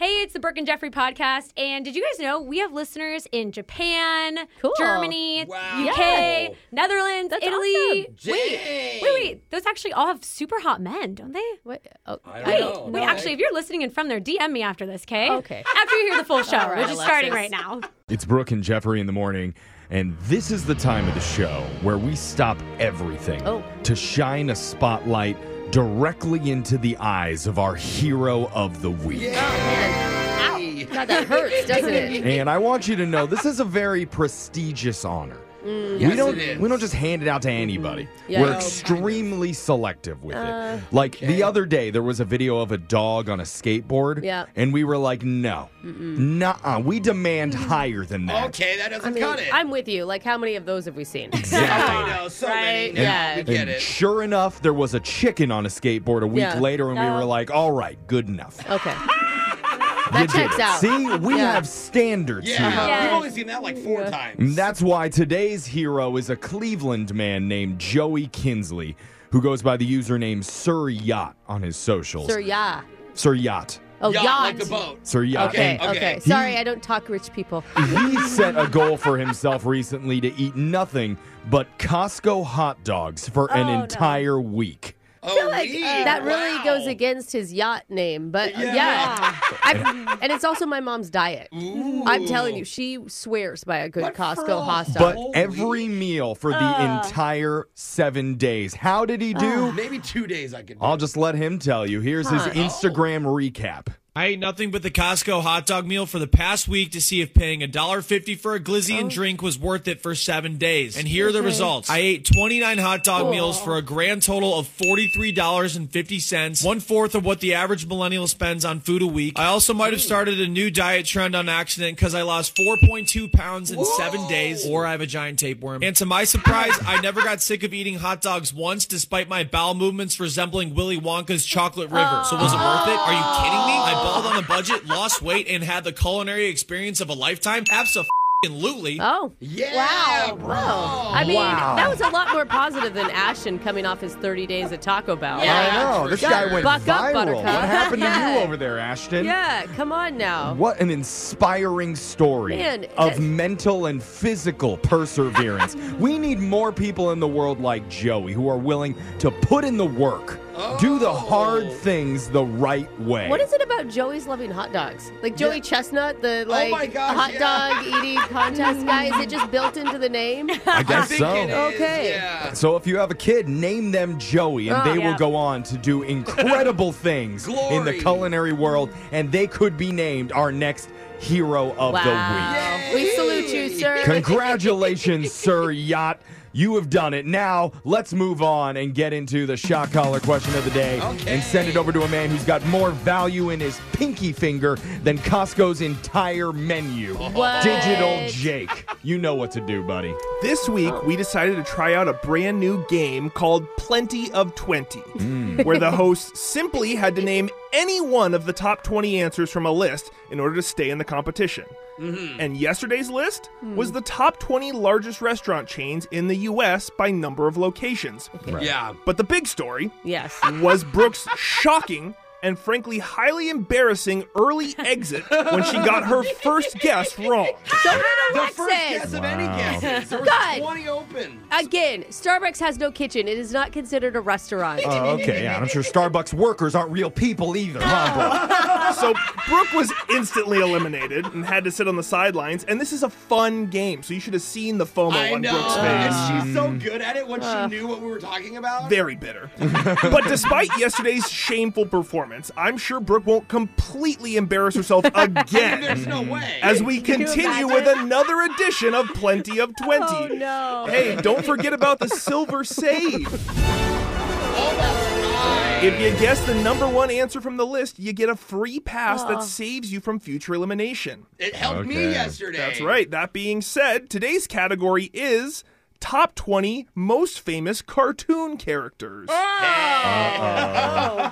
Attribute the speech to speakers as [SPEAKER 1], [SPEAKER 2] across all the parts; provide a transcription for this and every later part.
[SPEAKER 1] It's the Burke and Jeffrey podcast. And did you guys know we have listeners in Japan,
[SPEAKER 2] Cool.
[SPEAKER 1] Germany,
[SPEAKER 3] Wow.
[SPEAKER 1] UK,
[SPEAKER 3] Yes.
[SPEAKER 1] Netherlands,
[SPEAKER 2] That's
[SPEAKER 1] Italy.
[SPEAKER 2] awesome.
[SPEAKER 1] Wait, wait, wait. Those actually all have super hot men, don't they?
[SPEAKER 2] What? Oh,
[SPEAKER 3] I don't
[SPEAKER 1] Wait,
[SPEAKER 3] know.
[SPEAKER 1] wait,
[SPEAKER 3] no.
[SPEAKER 1] actually, if you're listening and from there, DM me after this, okay?
[SPEAKER 2] Okay.
[SPEAKER 1] After you hear the full show,
[SPEAKER 2] All
[SPEAKER 1] we're
[SPEAKER 2] right,
[SPEAKER 1] just starting right
[SPEAKER 2] Alexis.
[SPEAKER 1] now.
[SPEAKER 4] It's Brooke and Jeffrey in the morning, and this is the time of the show where we stop everything
[SPEAKER 2] Oh.
[SPEAKER 4] to shine a spotlight directly into the eyes of our hero of the week.
[SPEAKER 3] Hey.
[SPEAKER 2] God, that hurts, doesn't it?
[SPEAKER 4] And I want you to know this is a very prestigious honor.
[SPEAKER 3] Mm. Yes,
[SPEAKER 4] we don't
[SPEAKER 3] it is.
[SPEAKER 4] we don't just hand it out to anybody.
[SPEAKER 2] Mm-hmm. Yeah. Uh,
[SPEAKER 4] We're
[SPEAKER 2] No, kind of.
[SPEAKER 4] extremely selective with it. Like the other day, there was a video of a dog on a skateboard,
[SPEAKER 2] Yeah.
[SPEAKER 4] and we were like, "No, nuh-uh. we demand higher than that."
[SPEAKER 3] Okay, that doesn't
[SPEAKER 2] I mean,
[SPEAKER 3] cut it.
[SPEAKER 2] I'm with you. Like, how many of those have we seen?
[SPEAKER 4] Exactly.
[SPEAKER 3] I know, so many.
[SPEAKER 2] Right?
[SPEAKER 3] No,
[SPEAKER 2] Yeah.
[SPEAKER 3] we get
[SPEAKER 4] and
[SPEAKER 3] it.
[SPEAKER 4] sure enough, there was a chicken on a skateboard a week
[SPEAKER 2] Yeah.
[SPEAKER 4] later, and we
[SPEAKER 1] No.
[SPEAKER 4] were like, "All right, good enough."
[SPEAKER 2] Okay.
[SPEAKER 4] You
[SPEAKER 2] That
[SPEAKER 4] did
[SPEAKER 2] checks
[SPEAKER 4] it.
[SPEAKER 2] out.
[SPEAKER 4] See, we
[SPEAKER 2] Yeah. Uh-huh.
[SPEAKER 4] have standards
[SPEAKER 3] Yeah,
[SPEAKER 4] here.
[SPEAKER 1] Yes.
[SPEAKER 3] we've only seen that like four times.
[SPEAKER 4] And that's why today's hero is a Cleveland man named Joey Kinsley, who goes by the username Sir Yacht on his socials.
[SPEAKER 2] Sir, yeah.
[SPEAKER 4] Sir Yacht.
[SPEAKER 2] Oh,
[SPEAKER 3] yacht,
[SPEAKER 2] yacht.
[SPEAKER 3] like the boat.
[SPEAKER 4] Sir Yacht.
[SPEAKER 2] Okay,
[SPEAKER 3] Okay, Oh,
[SPEAKER 2] okay.
[SPEAKER 3] okay.
[SPEAKER 2] Sorry, I don't talk rich people.
[SPEAKER 4] And he set a goal for himself recently to eat nothing but Costco hot dogs for
[SPEAKER 1] Oh,
[SPEAKER 4] an
[SPEAKER 1] no.
[SPEAKER 4] entire week.
[SPEAKER 3] Oh,
[SPEAKER 2] feel like uh,
[SPEAKER 3] we-
[SPEAKER 2] that really
[SPEAKER 3] wow.
[SPEAKER 2] goes against his yacht name, but yeah,
[SPEAKER 3] Yeah.
[SPEAKER 2] I, and it's also my mom's diet.
[SPEAKER 3] Ooh.
[SPEAKER 2] I'm telling you, she swears by a good
[SPEAKER 3] But for a
[SPEAKER 2] Costco hot
[SPEAKER 4] But
[SPEAKER 2] dog.
[SPEAKER 3] Holy-
[SPEAKER 4] every meal for the
[SPEAKER 2] Ah.
[SPEAKER 4] entire seven days. How did he do?
[SPEAKER 3] Maybe two days I could. do
[SPEAKER 4] I'll
[SPEAKER 3] it.
[SPEAKER 4] just let him tell you. Here's his Instagram recap.
[SPEAKER 5] I ate nothing but the Costco hot dog meal for the past week to see if paying $1.50 for a glizzy and drink was worth it for seven days. Oh. And here are the results. Oh. I ate 29 hot dog meals for a grand total of $43.50, one fourth of what the average millennial spends on food a week. I also might have started a new diet trend on accident because I lost 4.2 pounds in seven days, or I have a giant tapeworm. And to my surprise, I never got sick of eating hot dogs once, despite my bowel movements resembling Willy Wonka's Chocolate River. So was it worth it? Are you kidding me? I balled on the budget, lost weight, and had the culinary experience of a lifetime. Absolutely.
[SPEAKER 2] Oh.
[SPEAKER 3] Yeah, bro.
[SPEAKER 2] I mean,
[SPEAKER 4] Wow.
[SPEAKER 2] that was a lot more positive than Ashton coming off his 30 days at Taco Bell.
[SPEAKER 3] Yeah.
[SPEAKER 4] I know.
[SPEAKER 3] for
[SPEAKER 4] This
[SPEAKER 3] sure.
[SPEAKER 4] guy went
[SPEAKER 2] Buck up,
[SPEAKER 4] viral.
[SPEAKER 2] Buttercup.
[SPEAKER 4] what happened to
[SPEAKER 2] Yeah.
[SPEAKER 4] you over there, Ashton?
[SPEAKER 2] Yeah, come on now.
[SPEAKER 4] What an inspiring story
[SPEAKER 2] Man,
[SPEAKER 4] of
[SPEAKER 2] that-
[SPEAKER 4] mental and physical perseverance. we need more people in the world like Joey who are willing to put in the work, do the hard things the right way.
[SPEAKER 2] Oh. What is it about Joey's loving hot dogs? Like Joey Chestnut, the like
[SPEAKER 3] Oh my gosh,
[SPEAKER 2] hot
[SPEAKER 3] yeah.
[SPEAKER 2] dog eating contest guy, is it just built into the name?
[SPEAKER 4] I
[SPEAKER 3] I
[SPEAKER 4] guess
[SPEAKER 3] think
[SPEAKER 4] so.
[SPEAKER 3] it is,
[SPEAKER 2] Okay.
[SPEAKER 3] Yeah.
[SPEAKER 4] So if you have a kid, name them Joey, and
[SPEAKER 2] Oh,
[SPEAKER 4] they
[SPEAKER 1] yeah.
[SPEAKER 4] will go on to do incredible things in the
[SPEAKER 3] Glory.
[SPEAKER 4] culinary world, and they could be named our next hero of the week.
[SPEAKER 2] Wow. We salute you, sir.
[SPEAKER 4] Congratulations, Sir Yacht. You have done it. Now, let's move on and get into the shot collar question of the day
[SPEAKER 3] Okay.
[SPEAKER 4] and send it over to a man who's got more value in his pinky finger than Costco's entire menu.
[SPEAKER 2] What?
[SPEAKER 4] Digital Jake. You know what to do, buddy.
[SPEAKER 6] This week, we decided to try out a brand new game called Plenty of 20, Hmm. where the hosts simply had to name any one of the top 20 answers from a list in order to stay in the competition.
[SPEAKER 4] Mm-hmm.
[SPEAKER 6] And yesterday's list was the top 20 largest restaurant chains in the US by number of locations.
[SPEAKER 3] Yeah.
[SPEAKER 6] But the big story
[SPEAKER 2] Yes.
[SPEAKER 6] was Brooke's shocking and frankly highly embarrassing early exit when she got her first guess wrong.
[SPEAKER 3] The first guess
[SPEAKER 2] Alexis!
[SPEAKER 3] of any guesses. There
[SPEAKER 2] God.
[SPEAKER 3] was 20 open.
[SPEAKER 2] Again, Starbucks has no kitchen. It is not considered a restaurant.
[SPEAKER 6] Uh,
[SPEAKER 4] Oh, okay. Yeah, I'm sure Starbucks workers aren't real people either, huh, bro?
[SPEAKER 6] So Brooke was instantly eliminated and had to sit on the sidelines. And this is a fun game, so you should have seen the FOMO
[SPEAKER 3] I
[SPEAKER 6] on
[SPEAKER 3] know.
[SPEAKER 6] Brooke's face.
[SPEAKER 3] And she's so
[SPEAKER 4] Mm.
[SPEAKER 3] good at it once
[SPEAKER 2] Ah.
[SPEAKER 3] she knew what we were talking about.
[SPEAKER 6] Very bitter. but despite yesterday's shameful performance, I'm sure Brooke won't completely embarrass herself
[SPEAKER 3] There's
[SPEAKER 6] again
[SPEAKER 3] no way.
[SPEAKER 6] as we continue with another edition of Plenty of 20.
[SPEAKER 2] Oh, no.
[SPEAKER 6] Hey, don't forget about the silver save. If you guess the number one answer from the list, you get a free pass that saves you from future elimination.
[SPEAKER 3] it helped me
[SPEAKER 4] Okay.
[SPEAKER 3] yesterday.
[SPEAKER 6] That's right. That being said, today's category is top 20 most famous cartoon characters.
[SPEAKER 3] I'm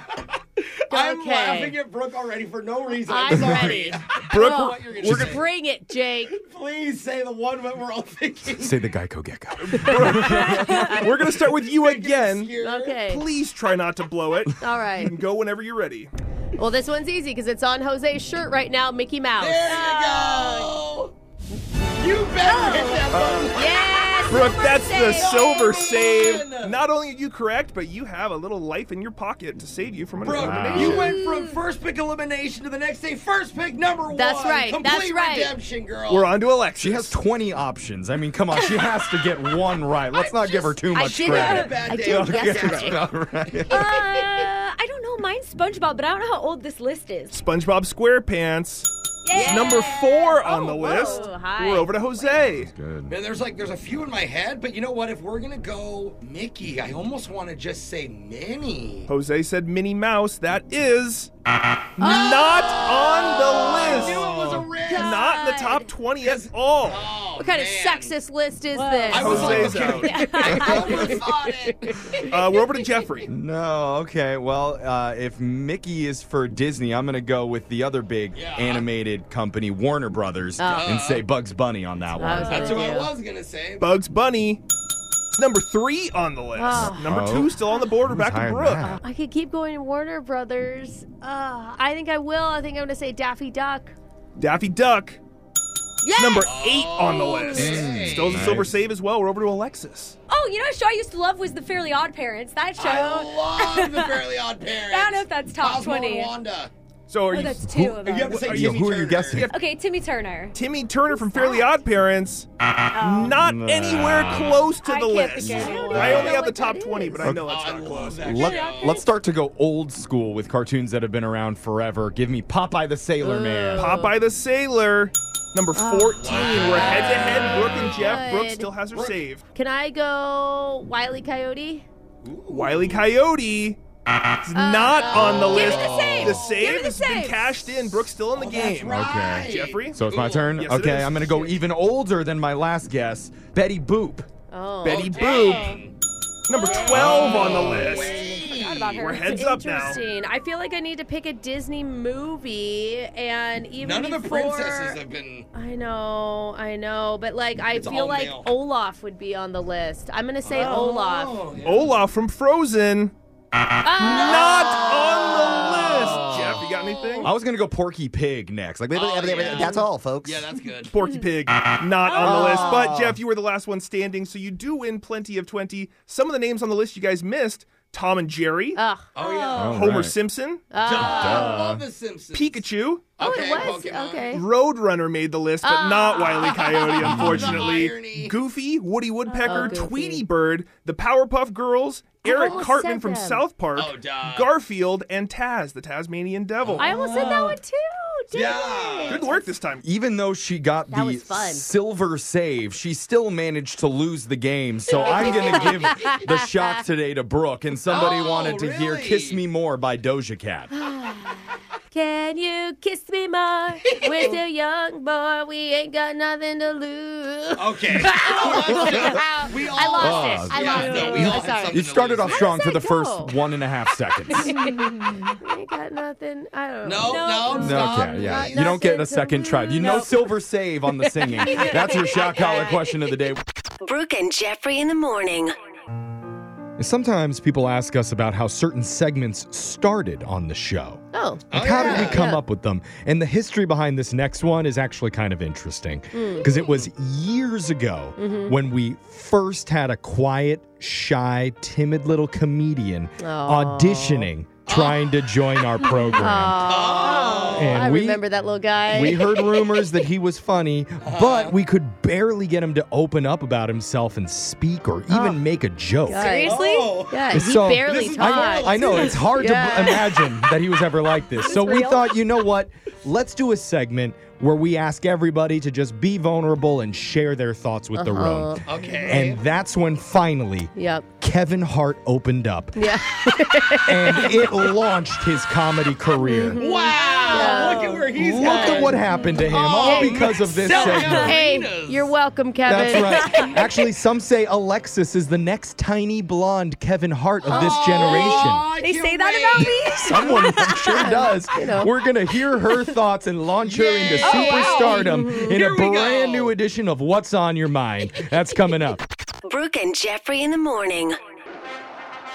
[SPEAKER 2] Oh. Okay.
[SPEAKER 3] laughing at Brooke already for no reason. I'm
[SPEAKER 2] I'm
[SPEAKER 3] sorry.
[SPEAKER 2] ready.
[SPEAKER 6] Brooke,
[SPEAKER 2] Oh,
[SPEAKER 3] you're gonna
[SPEAKER 2] we're
[SPEAKER 3] say.
[SPEAKER 2] gonna bring it, Jake.
[SPEAKER 3] Please say the one that we're all thinking.
[SPEAKER 4] Say the Geico Gecko.
[SPEAKER 6] we're going to start with you again.
[SPEAKER 3] Here.
[SPEAKER 2] Okay.
[SPEAKER 6] Please try not to blow it.
[SPEAKER 2] All right.
[SPEAKER 6] Go whenever you're ready.
[SPEAKER 2] Well, this one's easy because it's on Jose's shirt right now, Mickey Mouse. Oh.
[SPEAKER 3] There you go. You better hit that button.
[SPEAKER 1] Yes.
[SPEAKER 6] Brooke, that's the silver
[SPEAKER 3] Silver
[SPEAKER 6] save.
[SPEAKER 3] one.
[SPEAKER 6] Not only are you correct, but you have a little life in your pocket to save you from an
[SPEAKER 3] Brooke,
[SPEAKER 6] elimination.
[SPEAKER 3] you went from first pick elimination to the next day first pick number
[SPEAKER 2] That's
[SPEAKER 3] one.
[SPEAKER 2] right,
[SPEAKER 3] Complete
[SPEAKER 2] that's right.
[SPEAKER 3] redemption, girl.
[SPEAKER 6] We're on to Alexis.
[SPEAKER 4] She has 20 options. I mean, come on, she has to get one right. Let's not give her too much
[SPEAKER 2] did
[SPEAKER 3] Had a
[SPEAKER 4] credit.
[SPEAKER 3] bad
[SPEAKER 2] I
[SPEAKER 3] day.
[SPEAKER 2] did
[SPEAKER 3] Okay.
[SPEAKER 2] yesterday.
[SPEAKER 4] All right.
[SPEAKER 1] Uh, I don't know. Mine's SpongeBob, but I don't know how old this list is.
[SPEAKER 6] SpongeBob SquarePants.
[SPEAKER 1] Yeah.
[SPEAKER 6] Number four on the
[SPEAKER 2] Oh, whoa,
[SPEAKER 6] list.
[SPEAKER 2] hi.
[SPEAKER 6] We're over to Jose.
[SPEAKER 4] Good.
[SPEAKER 3] Man, there's like there's a few in my head, but you know what? If we're gonna go Mickey, I almost want to just say Minnie.
[SPEAKER 6] Jose said Minnie Mouse. That is
[SPEAKER 2] Oh.
[SPEAKER 6] not on the list.
[SPEAKER 3] I knew it was a risk.
[SPEAKER 6] Not in the top 20 at all.
[SPEAKER 3] Oh,
[SPEAKER 2] What kind of
[SPEAKER 3] man.
[SPEAKER 2] sexist list is this?
[SPEAKER 3] I was
[SPEAKER 6] Jose's out.
[SPEAKER 3] like, I overthought it.
[SPEAKER 6] Uh, we're over to Jeffrey.
[SPEAKER 4] No, okay. Well, uh, if Mickey is for Disney, I'm going to go with the other big
[SPEAKER 3] Yeah. Uh-huh.
[SPEAKER 4] animated company, Warner Brothers, and say Bugs Bunny on that one.
[SPEAKER 2] Okay.
[SPEAKER 3] That's what I was gonna say. But
[SPEAKER 6] Bugs Bunny. It's number three on the list.
[SPEAKER 2] Oh.
[SPEAKER 6] Number
[SPEAKER 4] Oh.
[SPEAKER 6] two still on the border. Back to
[SPEAKER 4] higher
[SPEAKER 6] Brooke.
[SPEAKER 4] than that?
[SPEAKER 7] I could keep going to Warner Brothers. Uh, I think I will. I think I'm going to say Daffy Duck.
[SPEAKER 6] Daffy Duck.
[SPEAKER 1] Yes.
[SPEAKER 6] Number eight on the list.
[SPEAKER 3] Mm,
[SPEAKER 6] Still has a
[SPEAKER 4] nice.
[SPEAKER 6] silver save as well. We're over to Alexis.
[SPEAKER 1] Oh, you know a show I used to love was The Fairly Odd Parents. That show.
[SPEAKER 3] I love the Fairly Odd Parents.
[SPEAKER 1] I don't know if that's top
[SPEAKER 3] Cosmo
[SPEAKER 1] 20.
[SPEAKER 3] And Wanda.
[SPEAKER 6] So are
[SPEAKER 1] Oh,
[SPEAKER 6] you
[SPEAKER 1] that's two of
[SPEAKER 3] You
[SPEAKER 1] them.
[SPEAKER 3] have to say
[SPEAKER 4] Are you-
[SPEAKER 3] Timmy
[SPEAKER 4] who are
[SPEAKER 3] Turner.
[SPEAKER 4] you guessing?
[SPEAKER 6] Yeah.
[SPEAKER 1] Okay, Timmy Turner.
[SPEAKER 6] Timmy Turner from Fairly Odd Parents? Not
[SPEAKER 4] Nah.
[SPEAKER 6] anywhere close to
[SPEAKER 7] I
[SPEAKER 6] the
[SPEAKER 7] can't
[SPEAKER 6] list.
[SPEAKER 7] think of anyone.
[SPEAKER 6] I
[SPEAKER 7] I
[SPEAKER 6] only
[SPEAKER 7] don't
[SPEAKER 6] have
[SPEAKER 7] know
[SPEAKER 6] the
[SPEAKER 7] what
[SPEAKER 6] top
[SPEAKER 7] that
[SPEAKER 6] 20,
[SPEAKER 7] is.
[SPEAKER 6] but I know
[SPEAKER 3] Oh,
[SPEAKER 6] it's
[SPEAKER 3] I
[SPEAKER 6] not
[SPEAKER 3] love
[SPEAKER 6] close.
[SPEAKER 3] that show.
[SPEAKER 4] Let, us start to go old school with cartoons that have been around forever. Give me Popeye the Sailor Man.
[SPEAKER 6] Popeye the Sailor, number 14. We're head to head. Brooke and Jeff. Brooke
[SPEAKER 7] Good.
[SPEAKER 6] still has her save.
[SPEAKER 7] Can I go
[SPEAKER 2] E.
[SPEAKER 7] Wiley Coyote?
[SPEAKER 6] Wiley Coyote.
[SPEAKER 4] Uh,
[SPEAKER 6] is not on the
[SPEAKER 1] Give me
[SPEAKER 6] list.
[SPEAKER 1] the
[SPEAKER 6] The
[SPEAKER 1] save. Give
[SPEAKER 6] save
[SPEAKER 1] me
[SPEAKER 6] has
[SPEAKER 1] the
[SPEAKER 6] been
[SPEAKER 1] save.
[SPEAKER 6] cashed in. Brooke's still in the
[SPEAKER 3] That's
[SPEAKER 6] game.
[SPEAKER 3] right.
[SPEAKER 6] Jeffrey?
[SPEAKER 4] So it's my
[SPEAKER 3] Ooh.
[SPEAKER 4] turn?
[SPEAKER 6] Yes, it
[SPEAKER 4] okay,
[SPEAKER 6] is.
[SPEAKER 4] I'm going to go even older than my last guess. Betty Boop.
[SPEAKER 2] oh.
[SPEAKER 6] Betty Boop,
[SPEAKER 3] Dang.
[SPEAKER 6] number 12 on
[SPEAKER 3] Oh,
[SPEAKER 6] the list.
[SPEAKER 3] Hey.
[SPEAKER 1] about her.
[SPEAKER 6] We're heads up now.
[SPEAKER 7] Interesting. I feel like I need to pick a Disney movie, and even
[SPEAKER 3] None of the
[SPEAKER 7] before-
[SPEAKER 3] princesses have been.
[SPEAKER 7] I know, I know, but like I
[SPEAKER 3] It's
[SPEAKER 7] feel
[SPEAKER 3] all
[SPEAKER 7] like
[SPEAKER 3] male.
[SPEAKER 7] Olaf would be on the list. I'm gonna say Olaf.
[SPEAKER 3] Oh, yeah.
[SPEAKER 6] Olaf from Frozen. Not
[SPEAKER 7] Oh.
[SPEAKER 6] on the list. Jeff, you got anything?
[SPEAKER 4] I was going to go Porky Pig next. Like,
[SPEAKER 3] Oh, yeah.
[SPEAKER 4] That's all, folks. Oh.
[SPEAKER 3] Yeah, that's good.
[SPEAKER 6] Porky Pig, not on the list.
[SPEAKER 7] Oh.
[SPEAKER 6] But Jeff, you were the last one standing, so you do win plenty of 20. Some of the names on the list you guys missed Tom and Jerry,
[SPEAKER 7] Ugh.
[SPEAKER 3] Oh yeah.
[SPEAKER 4] All
[SPEAKER 6] Homer
[SPEAKER 4] right.
[SPEAKER 6] Simpson,
[SPEAKER 2] Ah.
[SPEAKER 3] Duh. I love the Simpsons.
[SPEAKER 6] Pikachu.
[SPEAKER 7] Oh,
[SPEAKER 3] Okay,
[SPEAKER 7] it was
[SPEAKER 3] Pokemon.
[SPEAKER 7] okay. Ah.
[SPEAKER 6] Roadrunner made the list, but not Wiley Coyote,
[SPEAKER 3] The
[SPEAKER 6] unfortunately.
[SPEAKER 3] irony.
[SPEAKER 6] Goofy, Woody Woodpecker,
[SPEAKER 7] Oh, Goofy.
[SPEAKER 6] Tweety Bird, the Powerpuff Girls, Eric
[SPEAKER 7] almost
[SPEAKER 6] Cartman
[SPEAKER 7] said
[SPEAKER 6] from
[SPEAKER 7] them.
[SPEAKER 6] South Park,
[SPEAKER 3] Oh, duh.
[SPEAKER 6] Garfield, and Taz, the Tasmanian Devil.
[SPEAKER 7] I almost said
[SPEAKER 6] Oh.
[SPEAKER 7] that one too. Dang
[SPEAKER 3] Yeah.
[SPEAKER 6] Good work this time.
[SPEAKER 4] Even though she got
[SPEAKER 2] That
[SPEAKER 4] the
[SPEAKER 2] was fun.
[SPEAKER 4] silver save, she still managed to lose the game. So I'm going to give the shock today to Brooke. And somebody
[SPEAKER 3] Oh,
[SPEAKER 4] wanted to hear
[SPEAKER 3] really?
[SPEAKER 4] Kiss Me More by Doja Cat.
[SPEAKER 7] Can you kiss me more? We're still young, boy. We ain't got nothing to lose.
[SPEAKER 3] Okay. we all, I
[SPEAKER 4] lost it. I
[SPEAKER 3] Oh, yeah,
[SPEAKER 7] lost
[SPEAKER 3] no,
[SPEAKER 7] it.
[SPEAKER 3] we all had
[SPEAKER 2] Sorry.
[SPEAKER 3] something
[SPEAKER 4] You
[SPEAKER 3] to
[SPEAKER 4] started
[SPEAKER 3] lose
[SPEAKER 4] off
[SPEAKER 3] there.
[SPEAKER 4] strong for
[SPEAKER 7] that
[SPEAKER 4] the
[SPEAKER 7] go?
[SPEAKER 4] first one and a half seconds.
[SPEAKER 7] We ain't got nothing. I don't know.
[SPEAKER 3] No, no, no.
[SPEAKER 4] Okay, yeah.
[SPEAKER 7] not
[SPEAKER 4] You don't get
[SPEAKER 7] nothing
[SPEAKER 4] a second
[SPEAKER 7] to
[SPEAKER 4] try. You know
[SPEAKER 7] lose.
[SPEAKER 4] silver save on the singing. That's your shot collar question of the day.
[SPEAKER 8] Brooke and Jeffrey in the morning.
[SPEAKER 4] Sometimes people ask us about how certain segments started on the show.
[SPEAKER 2] Oh.
[SPEAKER 4] Like, how did we come up with them? And the history behind this next one is actually kind of interesting because it was years ago when we first had a quiet, shy, timid little comedian auditioning, trying to join our program. and
[SPEAKER 2] I
[SPEAKER 4] we,
[SPEAKER 2] remember that little guy.
[SPEAKER 4] we heard rumors that he was funny, but we could barely get him to open up about himself and speak or even make a joke.
[SPEAKER 2] Seriously?
[SPEAKER 3] Oh.
[SPEAKER 2] Yeah, he
[SPEAKER 4] So-
[SPEAKER 2] barely
[SPEAKER 3] This is
[SPEAKER 2] talked.
[SPEAKER 4] I, I know it's hard
[SPEAKER 2] Yeah.
[SPEAKER 4] to b- imagine that he was ever like this. So we thought, you know what? Let's do a segment where we ask everybody to just be vulnerable and share their thoughts with
[SPEAKER 2] Uh-huh.
[SPEAKER 4] the room.
[SPEAKER 3] Okay.
[SPEAKER 4] And that's when finally
[SPEAKER 2] Yep.
[SPEAKER 4] Kevin Hart opened up
[SPEAKER 2] Yeah.
[SPEAKER 4] and it launched his comedy
[SPEAKER 2] Mm-hmm.
[SPEAKER 4] career.
[SPEAKER 3] wow. Look at where he's
[SPEAKER 4] Look
[SPEAKER 3] at.
[SPEAKER 4] at what happened to him,
[SPEAKER 2] Oh,
[SPEAKER 4] all because of this
[SPEAKER 3] Sell him.
[SPEAKER 4] segment.
[SPEAKER 2] hey,
[SPEAKER 3] Arenas.
[SPEAKER 2] you're welcome, Kevin.
[SPEAKER 4] That's right. Actually, some say Alexis is the next tiny blonde Kevin Hart of
[SPEAKER 2] Oh,
[SPEAKER 4] this generation.
[SPEAKER 3] Aw, I
[SPEAKER 1] They
[SPEAKER 3] can't
[SPEAKER 1] say that
[SPEAKER 3] wait.
[SPEAKER 1] about me?
[SPEAKER 4] Someone I'm sure does. We're going to hear her thoughts and launch her into
[SPEAKER 3] Yay. Oh, wow.
[SPEAKER 4] superstardom in
[SPEAKER 3] Here
[SPEAKER 4] a
[SPEAKER 3] we go.
[SPEAKER 4] brand new edition of What's on Your Mind. That's coming up.
[SPEAKER 8] Brooke and Jeffrey in the morning.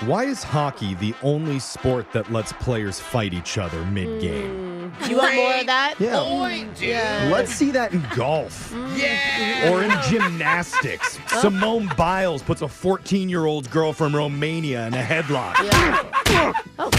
[SPEAKER 4] Why is hockey the only sport that lets players fight each other mid game?
[SPEAKER 2] You want more of that?
[SPEAKER 4] Yeah.
[SPEAKER 3] Point, dude.
[SPEAKER 4] Let's see that in golf
[SPEAKER 2] Mm.
[SPEAKER 3] Yeah.
[SPEAKER 4] or in gymnastics. Simone Biles puts a 14 year old girl from Romania in a headlock.
[SPEAKER 2] Oh,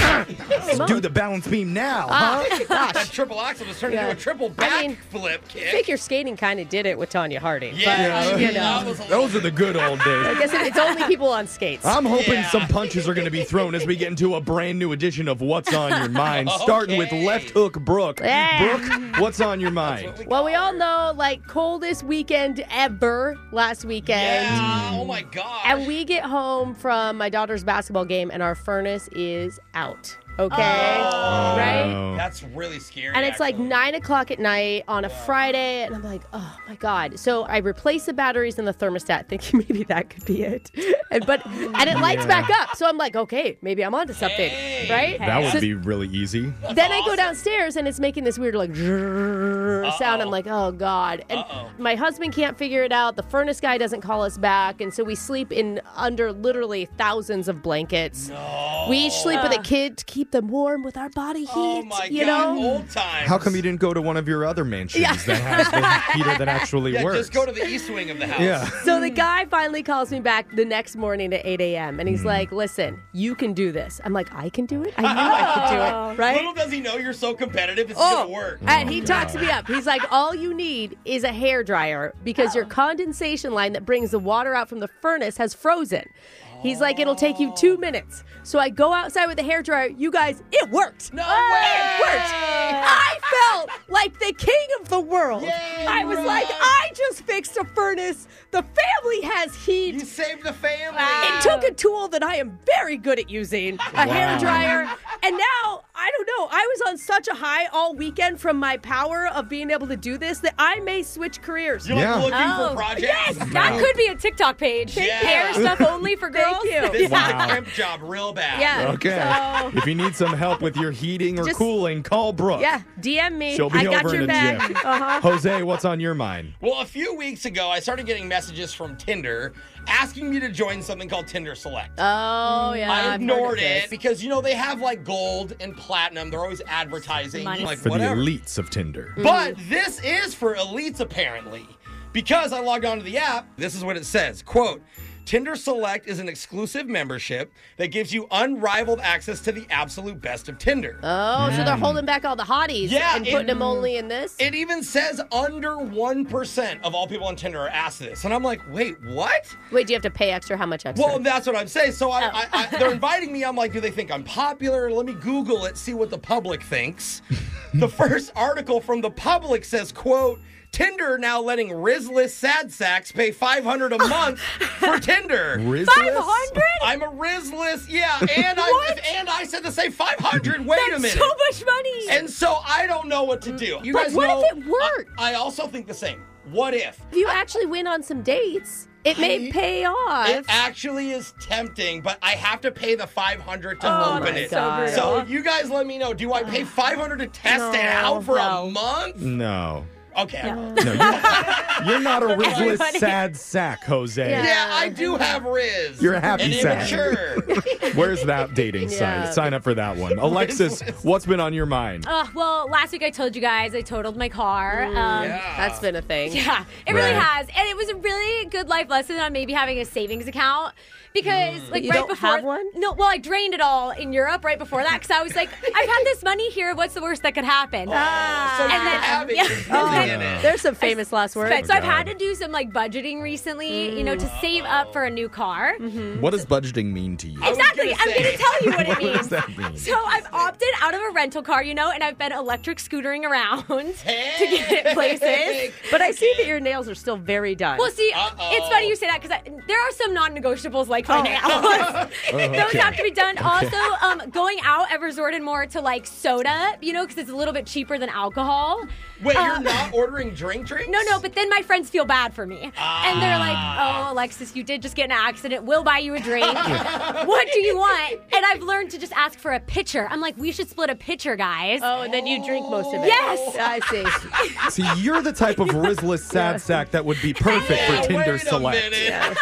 [SPEAKER 4] Let's do the balance beam now,
[SPEAKER 3] Ah.
[SPEAKER 4] huh?
[SPEAKER 3] That triple axel was turned
[SPEAKER 2] Ah. Yeah.
[SPEAKER 3] into a triple
[SPEAKER 2] I mean,
[SPEAKER 3] backflip kick.
[SPEAKER 2] Figure skating kind of did it with Tanya Harding.
[SPEAKER 3] Yeah,
[SPEAKER 2] But,
[SPEAKER 3] yeah,
[SPEAKER 2] you
[SPEAKER 3] that
[SPEAKER 2] know.
[SPEAKER 3] was a little-
[SPEAKER 4] Those are the good old days.
[SPEAKER 2] I guess it- it's only people on skates.
[SPEAKER 4] I'm hoping
[SPEAKER 3] Yeah.
[SPEAKER 4] some punches are going to be thrown as we get into a brand new edition of What's on Your Mind, starting with
[SPEAKER 3] Okay.
[SPEAKER 4] left hook Brooke. Brooke, what's on your
[SPEAKER 3] That's
[SPEAKER 4] mind?
[SPEAKER 3] what
[SPEAKER 2] Well, we all know, like, coldest weekend ever last weekend.
[SPEAKER 3] Yeah. Oh my god.
[SPEAKER 2] And we get home from my daughter's basketball game, and our furnace is out. Okay?
[SPEAKER 3] Oh.
[SPEAKER 2] right?
[SPEAKER 4] Oh.
[SPEAKER 3] That's really scary.
[SPEAKER 2] And it's like
[SPEAKER 3] actually.
[SPEAKER 2] nine o'clock at night on a Friday, and I'm like, oh my god. So I replace the batteries in the thermostat, thinking maybe that could be it. And but and it lights back up, so I'm like, okay, maybe I'm onto something,
[SPEAKER 3] Hey.
[SPEAKER 2] right?
[SPEAKER 4] That
[SPEAKER 2] So
[SPEAKER 4] would be really easy.
[SPEAKER 2] then I go downstairs and it's making this weird like zzzz sound. I'm like, oh god. And my husband can't figure it out. The furnace guy doesn't call us back, and so we sleep in under literally thousands of blankets. We each sleep with a kid to keep them warm with our body heat.
[SPEAKER 3] Oh my
[SPEAKER 2] you
[SPEAKER 3] god,
[SPEAKER 2] know.
[SPEAKER 3] old times.
[SPEAKER 4] How come you didn't go to one of your other mansions that has the heater that actually
[SPEAKER 3] yeah,
[SPEAKER 4] works?
[SPEAKER 3] just go to the east wing of the house.
[SPEAKER 4] yeah.
[SPEAKER 2] So the guy finally calls me back the next morning at 8 a.m. and he's like, "Listen, you can do this." I'm like, "I can do it. I knew I could do it, Oh. right?"
[SPEAKER 3] Little does he know you're so competitive, it's gonna work.
[SPEAKER 2] Oh, And he talks me up. He's like, all you need is a hair dryer because your condensation line that brings the water out from the furnace has frozen. He's like, it'll take you two minutes. So I go outside with the hair dryer. You guys, it worked. Ah,
[SPEAKER 3] No
[SPEAKER 2] It worked. I felt like the king of the world.
[SPEAKER 3] Yay,
[SPEAKER 2] I was like,
[SPEAKER 3] Ryan.
[SPEAKER 2] I just fixed a furnace. The family has heat.
[SPEAKER 3] You saved the family.
[SPEAKER 2] It took a tool that I am very good at using, a hair dryer, and now I don't know. I was on such a high all weekend from my power of being able to do this that I may switch careers.
[SPEAKER 3] You're like
[SPEAKER 4] Yeah.
[SPEAKER 3] looking
[SPEAKER 1] Oh,
[SPEAKER 3] for
[SPEAKER 1] yes,
[SPEAKER 3] projects.
[SPEAKER 1] that could be a TikTok page.
[SPEAKER 3] Yeah.
[SPEAKER 1] Hair stuff only for girls.
[SPEAKER 2] Thank you.
[SPEAKER 3] This
[SPEAKER 4] Wow.
[SPEAKER 3] is a crimp job real bad.
[SPEAKER 2] Yeah.
[SPEAKER 4] Okay. If you need some help with your heating or
[SPEAKER 2] Just-
[SPEAKER 4] cooling, call Brooke.
[SPEAKER 2] Yeah. DM me.
[SPEAKER 4] She'll be
[SPEAKER 2] I got
[SPEAKER 4] over
[SPEAKER 2] your
[SPEAKER 4] in a
[SPEAKER 2] back.
[SPEAKER 4] jiff.
[SPEAKER 2] Uh-huh.
[SPEAKER 4] Jose, what's on your mind?
[SPEAKER 3] Well, a few weeks ago, I started getting messages from Tinder asking me to join something called Tinder Select.
[SPEAKER 2] Oh yeah.
[SPEAKER 3] I
[SPEAKER 2] I've heard of
[SPEAKER 3] ignored
[SPEAKER 2] this.
[SPEAKER 3] it because you know they have like gold and platinum. They're always advertising
[SPEAKER 1] Money.
[SPEAKER 3] like
[SPEAKER 4] For
[SPEAKER 3] whatever.
[SPEAKER 4] the elites of Tinder.
[SPEAKER 3] But
[SPEAKER 2] Mm-hmm.
[SPEAKER 3] this is for elites apparently. Because I logged onto the app, this is what it says. Quote, Tinder Select is an exclusive membership that gives you unrivaled access to the absolute best of Tinder.
[SPEAKER 2] Oh, so they're holding back all the hotties
[SPEAKER 3] Yeah,
[SPEAKER 2] and
[SPEAKER 3] it-
[SPEAKER 2] putting them only in this.
[SPEAKER 3] It even says under 1% of all people on Tinder are asked this. And I'm like, wait, what?
[SPEAKER 2] Wait, do you have to pay extra? How much extra?
[SPEAKER 3] Well, that's what I'm saying. So I, I, I,
[SPEAKER 2] Oh.
[SPEAKER 3] they're inviting me. I'm like, do they think I'm popular? Let me Google it, see what the public thinks. the first article from the public says, quote, Tinder now letting Rizless sad sacks pay 500 a month for Tinder.
[SPEAKER 4] Rizless?
[SPEAKER 3] I'm a Rizless, yeah, and I and I said the same 500. Wait a minute.
[SPEAKER 1] So much money.
[SPEAKER 3] and so I don't know what to do. You
[SPEAKER 2] Mm, But
[SPEAKER 3] guys
[SPEAKER 2] what
[SPEAKER 3] know,
[SPEAKER 2] if it worked?
[SPEAKER 3] I, I also think the same. What if?
[SPEAKER 2] if you actually win on some dates, it may
[SPEAKER 3] I-
[SPEAKER 2] pay off.
[SPEAKER 3] It actually is tempting, but I have to pay the 500 to
[SPEAKER 2] Oh
[SPEAKER 3] open
[SPEAKER 2] my
[SPEAKER 3] it.
[SPEAKER 2] God.
[SPEAKER 3] So you guys let me know. Do I pay 500 to test it out for a month?
[SPEAKER 4] No.
[SPEAKER 3] Okay.
[SPEAKER 4] No, you're, you're not a risless
[SPEAKER 1] funny.
[SPEAKER 4] sad sack, Jose.
[SPEAKER 2] Yeah.
[SPEAKER 3] Yeah, I do have Riz.
[SPEAKER 4] You're a happy
[SPEAKER 3] and
[SPEAKER 4] sack.
[SPEAKER 3] immature.
[SPEAKER 4] Where's that dating
[SPEAKER 2] Yeah.
[SPEAKER 4] site? Sign up for that one. Alexis, what's been on your mind?
[SPEAKER 1] Uh, well, last week I told you guys I totaled my car. Um,
[SPEAKER 3] Mm, Yeah.
[SPEAKER 2] That's been a thing.
[SPEAKER 1] Yeah, it really
[SPEAKER 4] Right.
[SPEAKER 1] has, and it was a really good life lesson on maybe having a savings account because,
[SPEAKER 3] Mm.
[SPEAKER 1] like,
[SPEAKER 2] You
[SPEAKER 1] right
[SPEAKER 2] don't
[SPEAKER 1] before
[SPEAKER 2] have one?
[SPEAKER 1] No, well, I drained it all in Europe right before that because I was like, I've had this money here. What's the worst that could happen?
[SPEAKER 3] Oh, so you
[SPEAKER 1] and then-
[SPEAKER 3] have it.
[SPEAKER 1] yeah.
[SPEAKER 3] You're really in it.
[SPEAKER 2] Oh, There's some famous last words.
[SPEAKER 1] But- so I've
[SPEAKER 4] God.
[SPEAKER 1] had to do some like budgeting recently, you know,
[SPEAKER 3] Mm.
[SPEAKER 1] to save up for a new car.
[SPEAKER 2] Mm-hmm.
[SPEAKER 4] What does budgeting mean to you?
[SPEAKER 3] I was
[SPEAKER 1] Exactly.
[SPEAKER 3] gonna
[SPEAKER 1] I'm
[SPEAKER 3] say.
[SPEAKER 1] going to tell you what it means.
[SPEAKER 4] does that mean?
[SPEAKER 1] So I've opted out of a rental car, you know, and I've been electric scootering around to get it places.
[SPEAKER 2] But I see that your nails are still very done.
[SPEAKER 1] Well, see,
[SPEAKER 3] Uh-oh.
[SPEAKER 1] it's funny you say that because there are some non-negotiables like my nails. Those
[SPEAKER 4] Oh. Uh-huh. okay.
[SPEAKER 1] have to be done. Also, um, going out, I've resorted more to like soda, you know, because it's a little bit cheaper than alcohol.
[SPEAKER 3] Wait, you're
[SPEAKER 1] Um,
[SPEAKER 3] not ordering drink drinks? Ah.
[SPEAKER 1] No, no, but then my friends feel bad for me, and they're like, "Oh, Alexis, you did just get in an accident. We'll buy you a drink. what do you want?" And I've learned to just ask for a pitcher. I'm like, "We should split a pitcher, guys."
[SPEAKER 2] oh, and then you drink most of it.
[SPEAKER 1] Yes.
[SPEAKER 2] I see.
[SPEAKER 4] See, you're the type of risless sad sack that would be perfect
[SPEAKER 3] Yeah,
[SPEAKER 4] for Tinder
[SPEAKER 3] wait
[SPEAKER 4] Select.
[SPEAKER 3] A minute.
[SPEAKER 1] and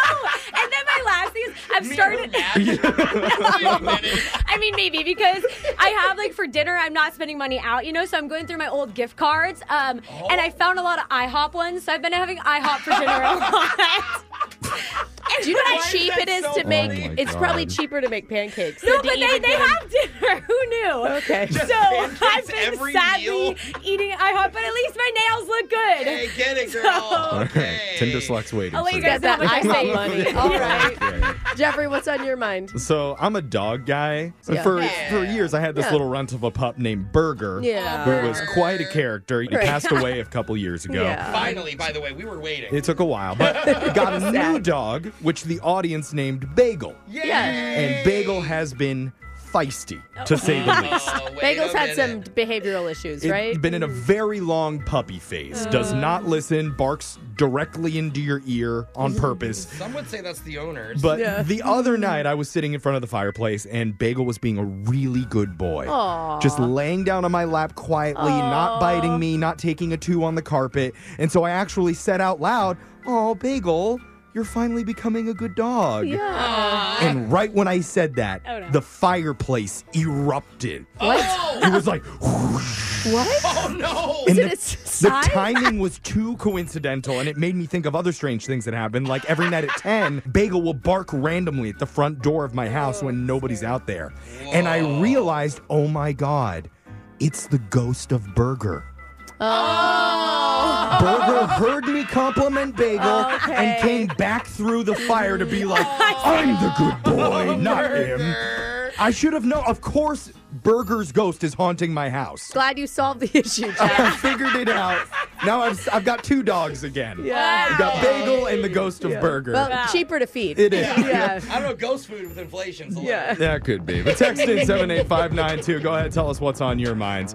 [SPEAKER 1] then my last thing is, I've started. I mean, maybe because I have like for dinner, I'm not spending money out, you know. So I'm going through my old gift cards, um, and
[SPEAKER 3] Oh.
[SPEAKER 1] I found a lot of IHOP ones. So I've been having IHOP for dinner a lot.
[SPEAKER 2] Do you know
[SPEAKER 3] Why
[SPEAKER 2] how
[SPEAKER 3] is
[SPEAKER 2] cheap
[SPEAKER 3] that
[SPEAKER 2] it is
[SPEAKER 3] so
[SPEAKER 2] to make?
[SPEAKER 4] funny? Oh my
[SPEAKER 2] it's probably
[SPEAKER 4] God.
[SPEAKER 2] cheaper to make pancakes.
[SPEAKER 1] No,
[SPEAKER 2] than to
[SPEAKER 1] but they,
[SPEAKER 2] even
[SPEAKER 1] they
[SPEAKER 2] get-
[SPEAKER 1] have dinner. Who knew?
[SPEAKER 2] Okay.
[SPEAKER 1] So
[SPEAKER 3] pancakes
[SPEAKER 1] I've been
[SPEAKER 3] every
[SPEAKER 1] sadly
[SPEAKER 3] meal?
[SPEAKER 1] eating IHOP, but at least my nails look good.
[SPEAKER 3] Hey, get it, girl. Okay.
[SPEAKER 4] Tinder sluts waiting.
[SPEAKER 1] I'll let
[SPEAKER 4] for
[SPEAKER 1] you
[SPEAKER 4] that.
[SPEAKER 1] guys
[SPEAKER 2] Got that
[SPEAKER 1] That's how
[SPEAKER 2] I
[SPEAKER 1] much I
[SPEAKER 2] save
[SPEAKER 1] save.
[SPEAKER 2] money. All right, Jeffrey, what's on your mind?
[SPEAKER 4] So I'm a dog guy. And
[SPEAKER 2] Yeah.
[SPEAKER 4] For for years, I had this
[SPEAKER 2] Yeah.
[SPEAKER 4] little runt of a pup named Burger.
[SPEAKER 2] Yeah.
[SPEAKER 4] who was quite a character. He
[SPEAKER 2] Right.
[SPEAKER 4] passed away a couple years ago.
[SPEAKER 2] Yeah.
[SPEAKER 3] Finally, by the way, we were waiting.
[SPEAKER 4] It took a while, but got a new
[SPEAKER 2] Sad.
[SPEAKER 4] dog, which the audience named Bagel,
[SPEAKER 2] Yeah.
[SPEAKER 4] and Bagel has been feisty to say the least.
[SPEAKER 3] Oh, wait
[SPEAKER 2] Bagel's
[SPEAKER 3] a
[SPEAKER 2] had some
[SPEAKER 3] minute.
[SPEAKER 2] behavioral issues,
[SPEAKER 4] It's
[SPEAKER 2] right? Mm. Uh.
[SPEAKER 4] Been in a very long puppy phase. Does not listen. Barks directly into your ear on
[SPEAKER 2] Mm-hmm.
[SPEAKER 4] purpose.
[SPEAKER 3] Some would say that's the owners.
[SPEAKER 4] But the other night, I was sitting in front of the fireplace, and Bagel was being a really good boy. Just laying down on my lap quietly, not biting me, not taking a two on the carpet. And so I actually said out loud, Oh, Bagel, you're finally becoming a good dog.
[SPEAKER 2] yeah.
[SPEAKER 4] And right when I said that,
[SPEAKER 1] Oh, no.
[SPEAKER 4] the fireplace erupted.
[SPEAKER 3] oh,
[SPEAKER 4] It was like,
[SPEAKER 2] What?
[SPEAKER 3] oh, no.
[SPEAKER 4] and
[SPEAKER 2] Did
[SPEAKER 4] the-
[SPEAKER 2] it
[SPEAKER 4] the
[SPEAKER 2] sigh?
[SPEAKER 4] timing was too coincidental, and it made me think of other strange things that happened. Like every night at 10, Bagel will bark randomly at the front door of my house when nobody's out there. And I realized, oh my God, it's the ghost of Burger. Oh. Burger heard me compliment Bagel and came back through the fire to be like, I'm the good boy, not him. I should have known. Of course, Burger's ghost is haunting my house.
[SPEAKER 2] Glad you solved the issue,
[SPEAKER 4] I
[SPEAKER 2] Jeff.
[SPEAKER 4] figured it out. Now I've, I've got two dogs again.
[SPEAKER 2] Yeah.
[SPEAKER 4] I've got Bagel and Oh, the Ghost of Burger.
[SPEAKER 2] Well, cheaper to feed.
[SPEAKER 4] It is.
[SPEAKER 2] Yeah.
[SPEAKER 3] I don't know, ghost food with inflation's a little.
[SPEAKER 2] Yeah.
[SPEAKER 4] that could be. But text in 78592. Go ahead, tell us what's on your minds.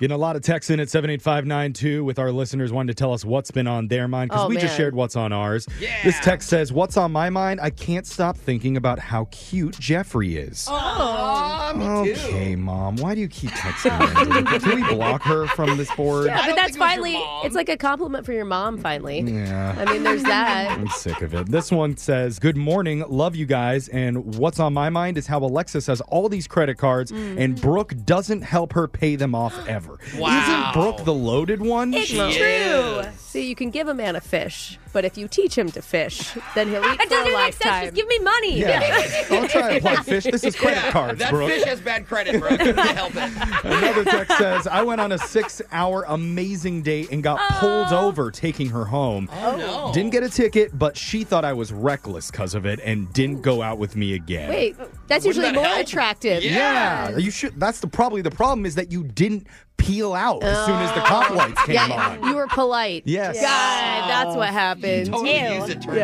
[SPEAKER 4] Getting a lot of texts in at 78592 with our listeners wanting to tell us what's been on their mind because
[SPEAKER 2] Oh,
[SPEAKER 4] we just
[SPEAKER 2] man.
[SPEAKER 4] shared what's on ours.
[SPEAKER 3] Yeah.
[SPEAKER 4] This text says, What's on my mind? I can't stop thinking about how cute Jeffrey is.
[SPEAKER 2] Oh,
[SPEAKER 4] Oh,
[SPEAKER 3] Aw, me too.
[SPEAKER 4] okay, mom. Why do you keep texting me? Can we block her from this board?
[SPEAKER 2] Yeah,
[SPEAKER 3] don't
[SPEAKER 2] but that's
[SPEAKER 3] think it was your
[SPEAKER 2] finally,
[SPEAKER 3] mom.
[SPEAKER 2] it's like a compliment for your mom, finally.
[SPEAKER 4] yeah.
[SPEAKER 2] I mean, there's that.
[SPEAKER 4] I'm sick of it. This one says, Good morning, love you guys. And what's on my mind is how Alexis has all these credit cards
[SPEAKER 3] Mm.
[SPEAKER 4] and Brooke doesn't help her pay them off ever.
[SPEAKER 3] Wow.
[SPEAKER 4] Isn't Brooke the loaded one?
[SPEAKER 3] Yes.
[SPEAKER 2] See, you can give a man a fish, but if you teach him to fish, then he'll eat
[SPEAKER 1] It
[SPEAKER 2] for a
[SPEAKER 1] doesn't make sense.
[SPEAKER 2] lifetime.
[SPEAKER 1] Just give me money.
[SPEAKER 4] Yeah. Don't try to plug fish. This is credit
[SPEAKER 3] Yeah,
[SPEAKER 4] cards,
[SPEAKER 3] that
[SPEAKER 4] Brooke.
[SPEAKER 3] fish has bad credit, bro. Couldn't help it.
[SPEAKER 4] Another text says, I went on a six hour amazing date and got pulled over taking her home.
[SPEAKER 3] Oh, no.
[SPEAKER 4] Didn't get a ticket, but she thought I was reckless because of it and didn't go out with me again.
[SPEAKER 2] Wait, that's
[SPEAKER 3] Wouldn't
[SPEAKER 2] usually
[SPEAKER 3] that
[SPEAKER 2] more
[SPEAKER 3] help?
[SPEAKER 2] attractive.
[SPEAKER 4] Yeah, you should. That's the probably the problem is that you didn't peel out as soon as the cop lights came
[SPEAKER 2] Yeah,
[SPEAKER 4] on.
[SPEAKER 2] you were polite.
[SPEAKER 4] Yes.
[SPEAKER 2] God, that's what happened.
[SPEAKER 3] Totally used a turn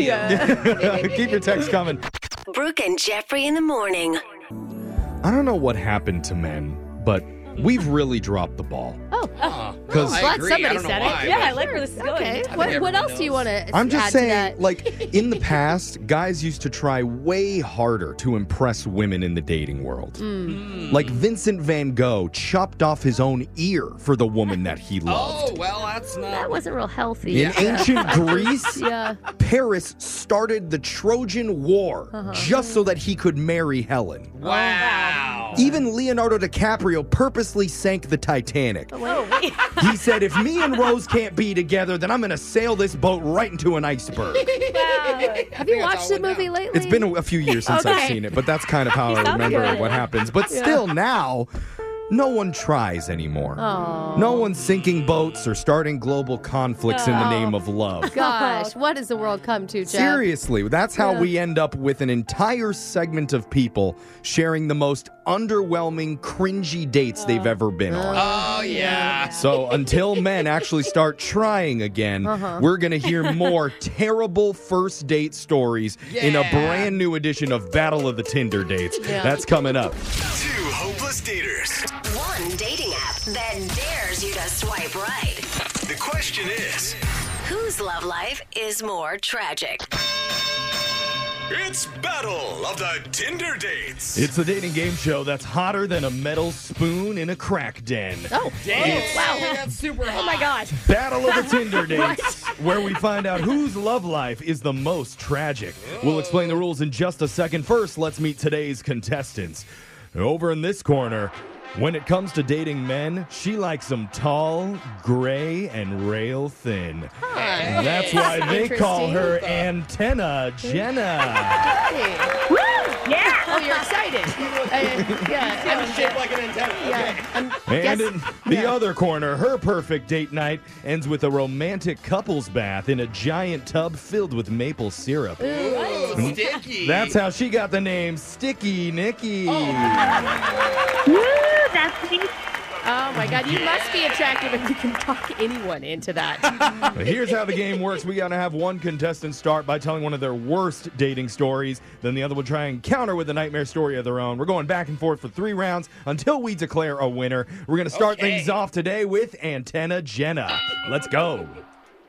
[SPEAKER 2] Yeah.
[SPEAKER 3] signal.
[SPEAKER 4] Keep your text coming.
[SPEAKER 8] Brooke and Jeffrey in the morning.
[SPEAKER 4] I don't know what happened to men, but we've really dropped the ball.
[SPEAKER 3] Because
[SPEAKER 2] Oh, Glad somebody said it.
[SPEAKER 1] Yeah, I like where this is going.
[SPEAKER 2] Okay. What,
[SPEAKER 3] everyone
[SPEAKER 2] what else do you
[SPEAKER 3] knows.
[SPEAKER 2] want to
[SPEAKER 4] I'm just
[SPEAKER 2] add
[SPEAKER 4] saying,
[SPEAKER 2] to that?
[SPEAKER 4] like in the past, guys used to try way harder to impress women in the dating world.
[SPEAKER 2] Mm.
[SPEAKER 3] Hmm.
[SPEAKER 4] Like Vincent Van Gogh chopped off his own ear for the woman that he loved.
[SPEAKER 3] Oh, well, that's not.
[SPEAKER 7] That wasn't real healthy.
[SPEAKER 4] In ancient Greece,
[SPEAKER 2] yeah.
[SPEAKER 4] Paris started the Trojan War
[SPEAKER 2] Uh-huh.
[SPEAKER 4] just so that he could marry Helen.
[SPEAKER 3] wow.
[SPEAKER 4] Even Leonardo DiCaprio purposely sank the Titanic.
[SPEAKER 2] Oh,
[SPEAKER 4] he said, if me and Rose can't be together, then I'm going to sail this boat right into an iceberg.
[SPEAKER 2] Have you
[SPEAKER 3] think that's
[SPEAKER 2] watched
[SPEAKER 3] all
[SPEAKER 2] the
[SPEAKER 3] we know.
[SPEAKER 2] movie lately?
[SPEAKER 4] It's been a, a few years since I've
[SPEAKER 2] Okay.
[SPEAKER 4] seen it, but that's kind of how I remember
[SPEAKER 2] good.
[SPEAKER 4] what happens. But still, now, no one tries anymore. No one's sinking boats or starting global conflicts in the name of love.
[SPEAKER 2] Oh. Gosh, what has the world come to, Jeff?
[SPEAKER 4] Seriously, that's how we end up with an entire segment of people sharing the most underwhelming, cringy dates they've ever been on.
[SPEAKER 3] Oh, yeah.
[SPEAKER 4] So until men actually start trying again, we're going to hear more terrible first date stories in a
[SPEAKER 3] Yeah.
[SPEAKER 4] brand new edition of Battle of the Tinder Dates. That's coming up.
[SPEAKER 9] Two hopeless daters.
[SPEAKER 8] One dating app that dares you to swipe right.
[SPEAKER 9] The question is
[SPEAKER 8] Whose love life is more tragic?
[SPEAKER 10] It's Battle of the Tinder Dates.
[SPEAKER 4] It's the dating game show that's hotter than a metal spoon in a crack den.
[SPEAKER 2] Oh,
[SPEAKER 3] Hey,
[SPEAKER 2] wow.
[SPEAKER 3] That's super hot.
[SPEAKER 2] Oh my God.
[SPEAKER 4] Battle of the Tinder Dates, where we find out whose love life is the most tragic. We'll explain the rules in just a second. First, let's meet today's contestants. Over in this corner, when it comes to dating men, she likes them tall, gray, and rail thin. And that's why they call her Antenna Jenna.
[SPEAKER 2] Hey.
[SPEAKER 11] Yeah.
[SPEAKER 2] Oh, you're excited. I- yeah.
[SPEAKER 3] It's shaped like an antenna. Okay.
[SPEAKER 2] yeah. I'm- Yes.
[SPEAKER 4] And in the other corner, her perfect date night ends with a romantic couples bath in a giant tub filled with maple syrup.
[SPEAKER 3] Ooh, sticky.
[SPEAKER 4] That's how she got the name Sticky Nicky.
[SPEAKER 11] Woo, that's me.
[SPEAKER 2] Oh my God, you must be attractive if you can talk anyone into that.
[SPEAKER 4] But Here's how the game works. We gotta have one contestant start by telling one of their worst dating stories. Then the other will try and counter with a nightmare story of their own. We're going back and forth for three rounds until we declare a winner. We're gonna start things off today with Antenna Jenna. Let's go.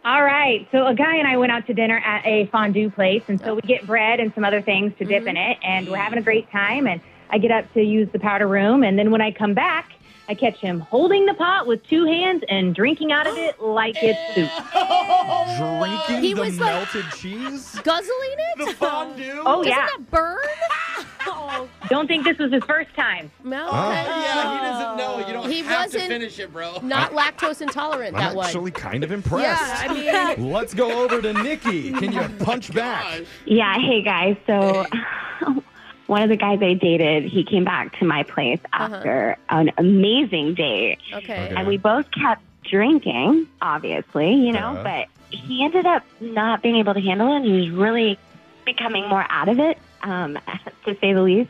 [SPEAKER 12] All right. So a guy and I went out to dinner at a fondue place, and so we get bread and some other things to dip
[SPEAKER 2] Mm-hmm.
[SPEAKER 12] in it, and we're having a great time. And I get up to use the powder room, and then when I come back, I catch him holding the pot with two hands and drinking out of it like it's soup.
[SPEAKER 3] Oh,
[SPEAKER 4] Drinking
[SPEAKER 2] He
[SPEAKER 4] the
[SPEAKER 2] was like-
[SPEAKER 4] melted cheese?
[SPEAKER 2] Guzzling it?
[SPEAKER 3] the fondue.
[SPEAKER 12] Oh yeah.
[SPEAKER 13] Doesn't that burn?
[SPEAKER 12] Don't think this was his first time.
[SPEAKER 2] No.
[SPEAKER 4] Oh.
[SPEAKER 2] okay.
[SPEAKER 3] Yeah, he doesn't know. You don't
[SPEAKER 2] He
[SPEAKER 3] have to
[SPEAKER 2] wasn't-
[SPEAKER 3] finish it, bro.
[SPEAKER 2] Not lactose intolerant, that
[SPEAKER 4] I'm
[SPEAKER 2] one.
[SPEAKER 4] actually kind of
[SPEAKER 2] yeah,
[SPEAKER 4] impressed.
[SPEAKER 2] I mean, Oh
[SPEAKER 4] Let's go over to Nikki. Can you punch back?
[SPEAKER 12] Yeah, hey guys. So one of the guys I dated, he came back to my place
[SPEAKER 2] Uh-huh.
[SPEAKER 12] after an amazing date.
[SPEAKER 2] okay.
[SPEAKER 12] And we both kept drinking, obviously, you know,
[SPEAKER 4] Uh-huh.
[SPEAKER 12] but he ended up not being able to handle it. He was really becoming more out of it, um, to say the least.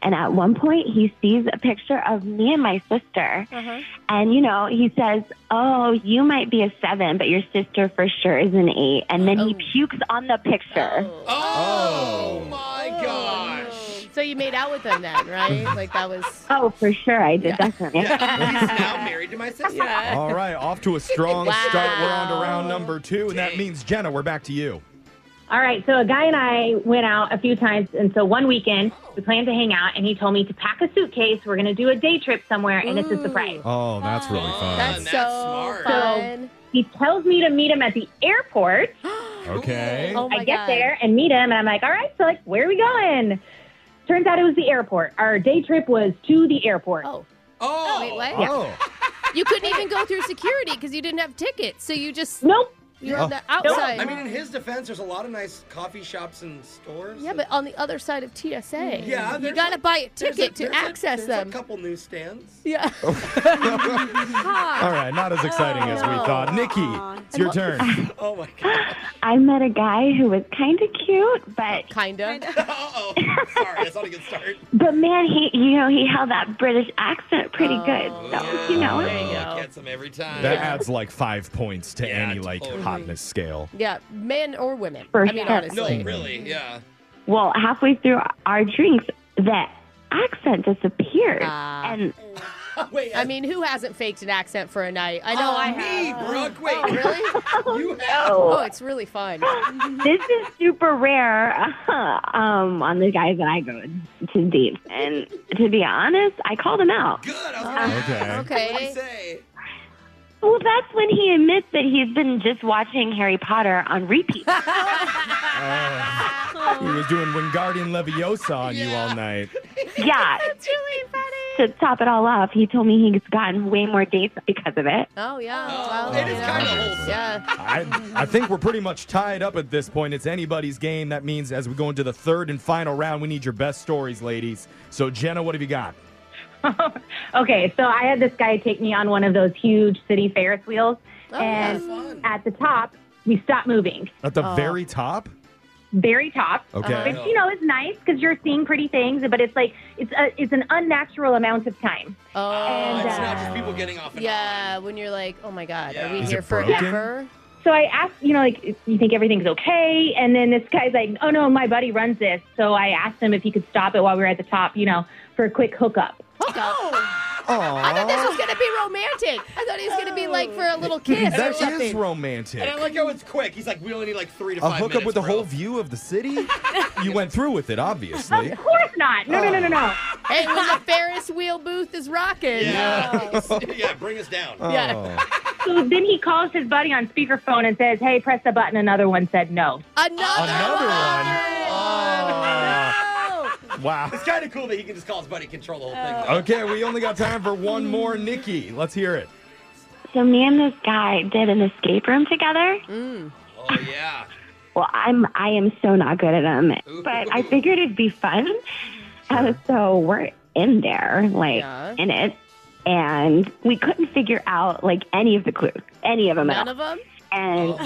[SPEAKER 12] And at one point, he sees a picture of me and my sister.
[SPEAKER 2] Uh-huh.
[SPEAKER 12] And, you know, he says, Oh, you might be a seven, but your sister for sure is an eight. And then he
[SPEAKER 2] Oh.
[SPEAKER 12] pukes on the picture.
[SPEAKER 2] Oh.
[SPEAKER 3] Oh, my
[SPEAKER 2] Oh,
[SPEAKER 3] gosh.
[SPEAKER 2] no. So you made out with him then, right? Like that was.
[SPEAKER 12] Oh, for sure. I did, definitely.
[SPEAKER 3] Yeah, he's now married to my sister.
[SPEAKER 2] Yeah.
[SPEAKER 4] All right, off to a strong
[SPEAKER 2] Wow.
[SPEAKER 4] start. We're on to round number two, and that means Jenna, we're back to you.
[SPEAKER 12] All right, so a guy and I went out a few times, and so one weekend we planned to hang out, and he told me to pack a suitcase. We're going to do a day trip somewhere, and it's a surprise.
[SPEAKER 4] Oh, that's really
[SPEAKER 3] Oh,
[SPEAKER 4] fun.
[SPEAKER 2] That's,
[SPEAKER 3] That's
[SPEAKER 2] so
[SPEAKER 3] smart.
[SPEAKER 2] fun.
[SPEAKER 12] He tells me to meet him at the airport.
[SPEAKER 4] okay.
[SPEAKER 2] Oh my
[SPEAKER 12] I get
[SPEAKER 2] God.
[SPEAKER 12] there and meet him, and I'm like, all right, so like, where are we going? Turns out it was the airport. Our day trip was to the airport.
[SPEAKER 2] Oh,
[SPEAKER 3] Oh,
[SPEAKER 2] wait, what?
[SPEAKER 4] Oh,
[SPEAKER 2] You couldn't even go through security because you didn't have tickets, so you just
[SPEAKER 12] Nope.
[SPEAKER 2] you were
[SPEAKER 4] Oh.
[SPEAKER 2] on the
[SPEAKER 3] No,
[SPEAKER 2] outside.
[SPEAKER 3] I mean, in his defense, there's a lot of nice coffee shops and stores.
[SPEAKER 2] yeah, but on the other side of TSA.
[SPEAKER 3] Yeah,
[SPEAKER 2] you
[SPEAKER 3] there's
[SPEAKER 2] gotta
[SPEAKER 3] a-
[SPEAKER 2] buy a
[SPEAKER 3] There's
[SPEAKER 2] ticket
[SPEAKER 3] a-
[SPEAKER 2] to
[SPEAKER 3] there's a-
[SPEAKER 2] access
[SPEAKER 3] there's
[SPEAKER 2] them.
[SPEAKER 3] A couple newsstands.
[SPEAKER 2] yeah.
[SPEAKER 4] all right, not as exciting as
[SPEAKER 2] Oh.
[SPEAKER 4] we thought. Nikki, it's your turn.
[SPEAKER 3] Oh my god.
[SPEAKER 12] I met a guy who was kind of cute, but
[SPEAKER 4] Oh,
[SPEAKER 2] Kind of.
[SPEAKER 3] Uh-oh. Sorry, that's not a good start.
[SPEAKER 12] but man, he you know he held that British accent pretty
[SPEAKER 3] Oh,
[SPEAKER 12] good. So you know,
[SPEAKER 2] There you go.
[SPEAKER 3] Gets him every time.
[SPEAKER 4] That adds like five points to
[SPEAKER 3] Yeah,
[SPEAKER 4] any like
[SPEAKER 3] totally.
[SPEAKER 4] hotness scale.
[SPEAKER 2] Yeah, men or women.
[SPEAKER 12] For
[SPEAKER 2] I mean,
[SPEAKER 12] sure.
[SPEAKER 3] no,
[SPEAKER 2] honestly.
[SPEAKER 3] really, yeah.
[SPEAKER 12] Well, halfway through our drinks, that accent disappeared.
[SPEAKER 2] Ah.
[SPEAKER 12] and
[SPEAKER 3] Wait,
[SPEAKER 2] I mean, who hasn't faked an accent for a night? I know
[SPEAKER 3] oh,
[SPEAKER 2] I
[SPEAKER 3] me,
[SPEAKER 2] have. Oh,
[SPEAKER 3] Brooke. Wait,
[SPEAKER 2] Really?
[SPEAKER 3] you have
[SPEAKER 2] Oh,
[SPEAKER 12] oh,
[SPEAKER 2] it's really fun. Oh,
[SPEAKER 12] this is super rare um, on the guys that I go to date. And to be honest, I called him out.
[SPEAKER 3] good. I
[SPEAKER 6] Ah,
[SPEAKER 3] was gonna ask,
[SPEAKER 4] Okay.
[SPEAKER 3] what did he
[SPEAKER 2] Okay.
[SPEAKER 3] say?
[SPEAKER 12] Well, that's when he admits that he's been just watching Harry Potter on repeat.
[SPEAKER 4] Uh, He was doing Wingardium Leviosa on you all night.
[SPEAKER 12] yeah. That's really funny. To top it all off, he told me he's gotten way more dates because of it.
[SPEAKER 2] Oh yeah.
[SPEAKER 3] Oh,
[SPEAKER 2] well,
[SPEAKER 3] it is
[SPEAKER 2] you know.
[SPEAKER 3] kind of wholesome.
[SPEAKER 2] Yeah.
[SPEAKER 4] I, I think we're pretty much tied up at this point. It's anybody's game. That means as we go into the third and final round, we need your best stories, ladies. So, Jenna, what have you got?
[SPEAKER 12] Okay, so I had this guy take me on one of those huge city Ferris wheels,
[SPEAKER 2] Oh,
[SPEAKER 12] and
[SPEAKER 3] Fun.
[SPEAKER 12] at the top, we stopped moving.
[SPEAKER 4] At
[SPEAKER 2] Oh.
[SPEAKER 4] the very top?
[SPEAKER 12] very top.
[SPEAKER 4] Okay.
[SPEAKER 12] Which you know is nice because you're seeing pretty things, but it's like it's a, it's an unnatural amount of time.
[SPEAKER 2] Oh.
[SPEAKER 12] And,
[SPEAKER 3] It's
[SPEAKER 12] uh,
[SPEAKER 3] not just people getting off and
[SPEAKER 2] Yeah, when you're like, oh my God, are
[SPEAKER 3] Yeah.
[SPEAKER 2] we
[SPEAKER 4] Is
[SPEAKER 2] here
[SPEAKER 4] it broken?
[SPEAKER 2] forever?
[SPEAKER 12] So I asked, you know, like you think everything's okay, and then this guy's like, "Oh no, my buddy runs this." So I asked him if he could stop it while we were at the top, you know, for a quick hookup.
[SPEAKER 2] Hook up.
[SPEAKER 3] on.
[SPEAKER 2] I thought this was going to be romantic. I thought it was going to be like for a little kiss or
[SPEAKER 4] That
[SPEAKER 2] something.
[SPEAKER 4] is romantic.
[SPEAKER 3] And I like how it's quick. He's like, we only need like three to
[SPEAKER 4] A
[SPEAKER 3] five
[SPEAKER 4] hookup
[SPEAKER 3] minutes.
[SPEAKER 4] with a whole view of the city? you went through with it, obviously.
[SPEAKER 13] Of course not. No, no, no, no, no.
[SPEAKER 2] Hey, when the Ferris wheel booth is rocking.
[SPEAKER 3] yeah, bring us down.
[SPEAKER 4] Oh.
[SPEAKER 2] Yeah.
[SPEAKER 13] So then he calls his buddy on speakerphone and says, hey, press the button. Another one said no.
[SPEAKER 2] Another,
[SPEAKER 4] Another one. Wow.
[SPEAKER 3] Oh. It's kind of cool that he can just call his buddy, control the whole thing.
[SPEAKER 4] Okay, we only got time for one more, Nikki. Let's hear it.
[SPEAKER 12] So me and this guy did an escape room together.
[SPEAKER 3] Oh yeah.
[SPEAKER 12] Well, I'm I am so not good at them, but I figured it'd be fun. And so we're in there, like
[SPEAKER 2] Yeah.
[SPEAKER 12] in it, and we couldn't figure out like any of the clues, any of them
[SPEAKER 2] None
[SPEAKER 12] at
[SPEAKER 2] of Oh. them?
[SPEAKER 12] all. and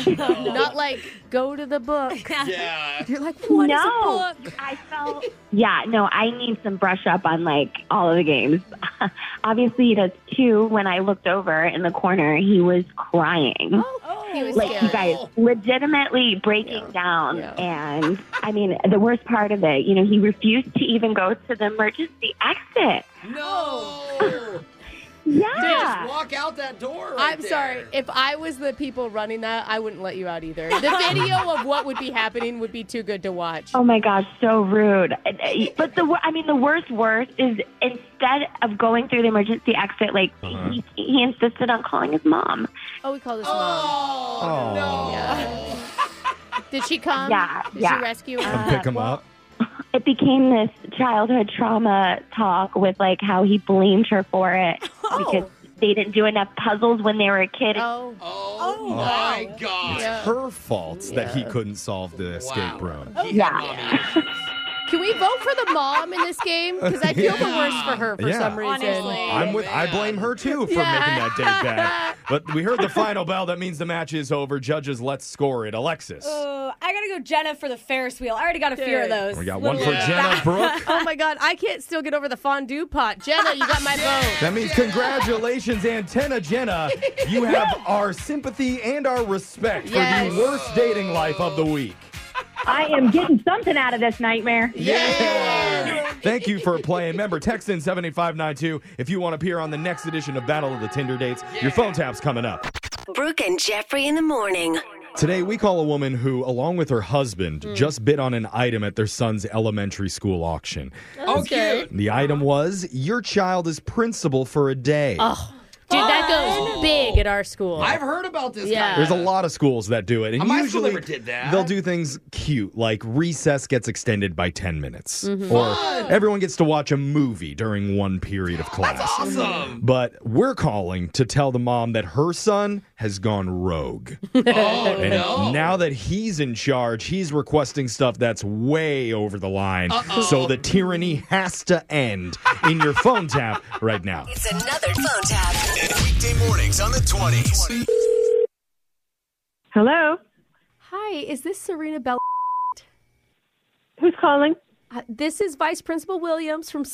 [SPEAKER 2] Not like go to the book.
[SPEAKER 3] Yeah.
[SPEAKER 2] You're like, what is
[SPEAKER 12] No.
[SPEAKER 2] a book?
[SPEAKER 12] I felt yeah, no, I need some brush up on like all of the games. Obviously, that's two. When I looked over in the corner, he was crying.
[SPEAKER 4] Oh.
[SPEAKER 2] He was
[SPEAKER 12] like you
[SPEAKER 2] scared.
[SPEAKER 12] guys legitimately breaking down
[SPEAKER 2] Yeah.
[SPEAKER 12] and i mean the worst part of it you know he refused to even go to the emergency exit
[SPEAKER 3] No.
[SPEAKER 12] yeah
[SPEAKER 3] Walk out that door. right
[SPEAKER 2] Oh. I'm
[SPEAKER 3] there.
[SPEAKER 2] sorry. If I was the people running that, I wouldn't let you out either. The video of what would be happening would be too good to watch.
[SPEAKER 12] oh my gosh so rude And, uh, but the wor- i mean the worst worst is instead of going through the emergency exit like
[SPEAKER 2] Uh-huh.
[SPEAKER 12] he, he insisted on calling his mom
[SPEAKER 2] Oh, we call this mom.
[SPEAKER 4] Oh,
[SPEAKER 2] Yeah. Did she come?
[SPEAKER 12] Yeah,
[SPEAKER 2] Did
[SPEAKER 12] yeah.
[SPEAKER 2] she rescue
[SPEAKER 4] Come
[SPEAKER 2] her?
[SPEAKER 4] pick him up.
[SPEAKER 12] it became this childhood trauma talk with like how he blamed her for it because they didn't do enough puzzles when they were a kid
[SPEAKER 2] Oh.
[SPEAKER 3] Oh,
[SPEAKER 1] Oh,
[SPEAKER 3] my
[SPEAKER 1] wow.
[SPEAKER 3] God.
[SPEAKER 2] Yeah.
[SPEAKER 4] Her fault that he couldn't solve the escape room.
[SPEAKER 3] He had mommy issues.
[SPEAKER 2] Can we vote for the mom in this game? Because I feel the worst for her for
[SPEAKER 4] Yeah.
[SPEAKER 2] some reason.
[SPEAKER 1] Honestly.
[SPEAKER 4] I'm with.
[SPEAKER 3] Oh,
[SPEAKER 4] I
[SPEAKER 3] man.
[SPEAKER 4] blame her too for
[SPEAKER 2] Yeah.
[SPEAKER 4] making that date bad. But we heard the final bell. That means the match is over. Judges, let's score it. Alexis,
[SPEAKER 1] Oh, I gotta go Jenna for the Ferris wheel. I already got a fear of
[SPEAKER 2] Dude.
[SPEAKER 1] those.
[SPEAKER 4] we got one
[SPEAKER 1] Little-
[SPEAKER 4] for Jenna Brooke.
[SPEAKER 2] Oh my God, I can't still get over the fondue pot. Jenna, you got my vote.
[SPEAKER 4] That means congratulations, Antenna Jenna. You have our sympathy and our respect for
[SPEAKER 2] Yes.
[SPEAKER 4] the worst dating life of the week.
[SPEAKER 13] I am getting something out of this nightmare.
[SPEAKER 4] Yeah. Thank you for playing. Remember, text in 78592 if you want to appear on the next edition of Battle of the Tinder Dates. Your phone tap's coming up.
[SPEAKER 8] Brooke and Jeffrey in the morning.
[SPEAKER 4] Today, we call a woman who, along with her husband, just bid on an item at their son's elementary school auction.
[SPEAKER 3] Oh, cute.
[SPEAKER 4] The item was Your child is principal for a day.
[SPEAKER 2] Oh, Dude, that goes big at our school.
[SPEAKER 3] I've heard about this.
[SPEAKER 2] Yeah.
[SPEAKER 3] guy.
[SPEAKER 4] There's a lot of schools that do it, and
[SPEAKER 3] Uh, My school
[SPEAKER 4] usually
[SPEAKER 3] never did that.
[SPEAKER 4] they'll do things cute, like recess gets extended by ten minutes,
[SPEAKER 3] Mm-hmm.
[SPEAKER 4] or everyone gets to watch a movie during one period of class.
[SPEAKER 3] Awesome.
[SPEAKER 4] But we're calling to tell the mom that her son has gone rogue.
[SPEAKER 3] Oh
[SPEAKER 4] And
[SPEAKER 3] no.
[SPEAKER 4] now that he's in charge, he's requesting stuff that's way over the line. So the tyranny has to end in your phone tap right now.
[SPEAKER 8] It's another phone tap.
[SPEAKER 9] Weekday mornings on the 20s.
[SPEAKER 12] hello
[SPEAKER 2] Hi, is this Serena Bell?
[SPEAKER 12] who's calling
[SPEAKER 2] Uh, This is Vice Principal Williams from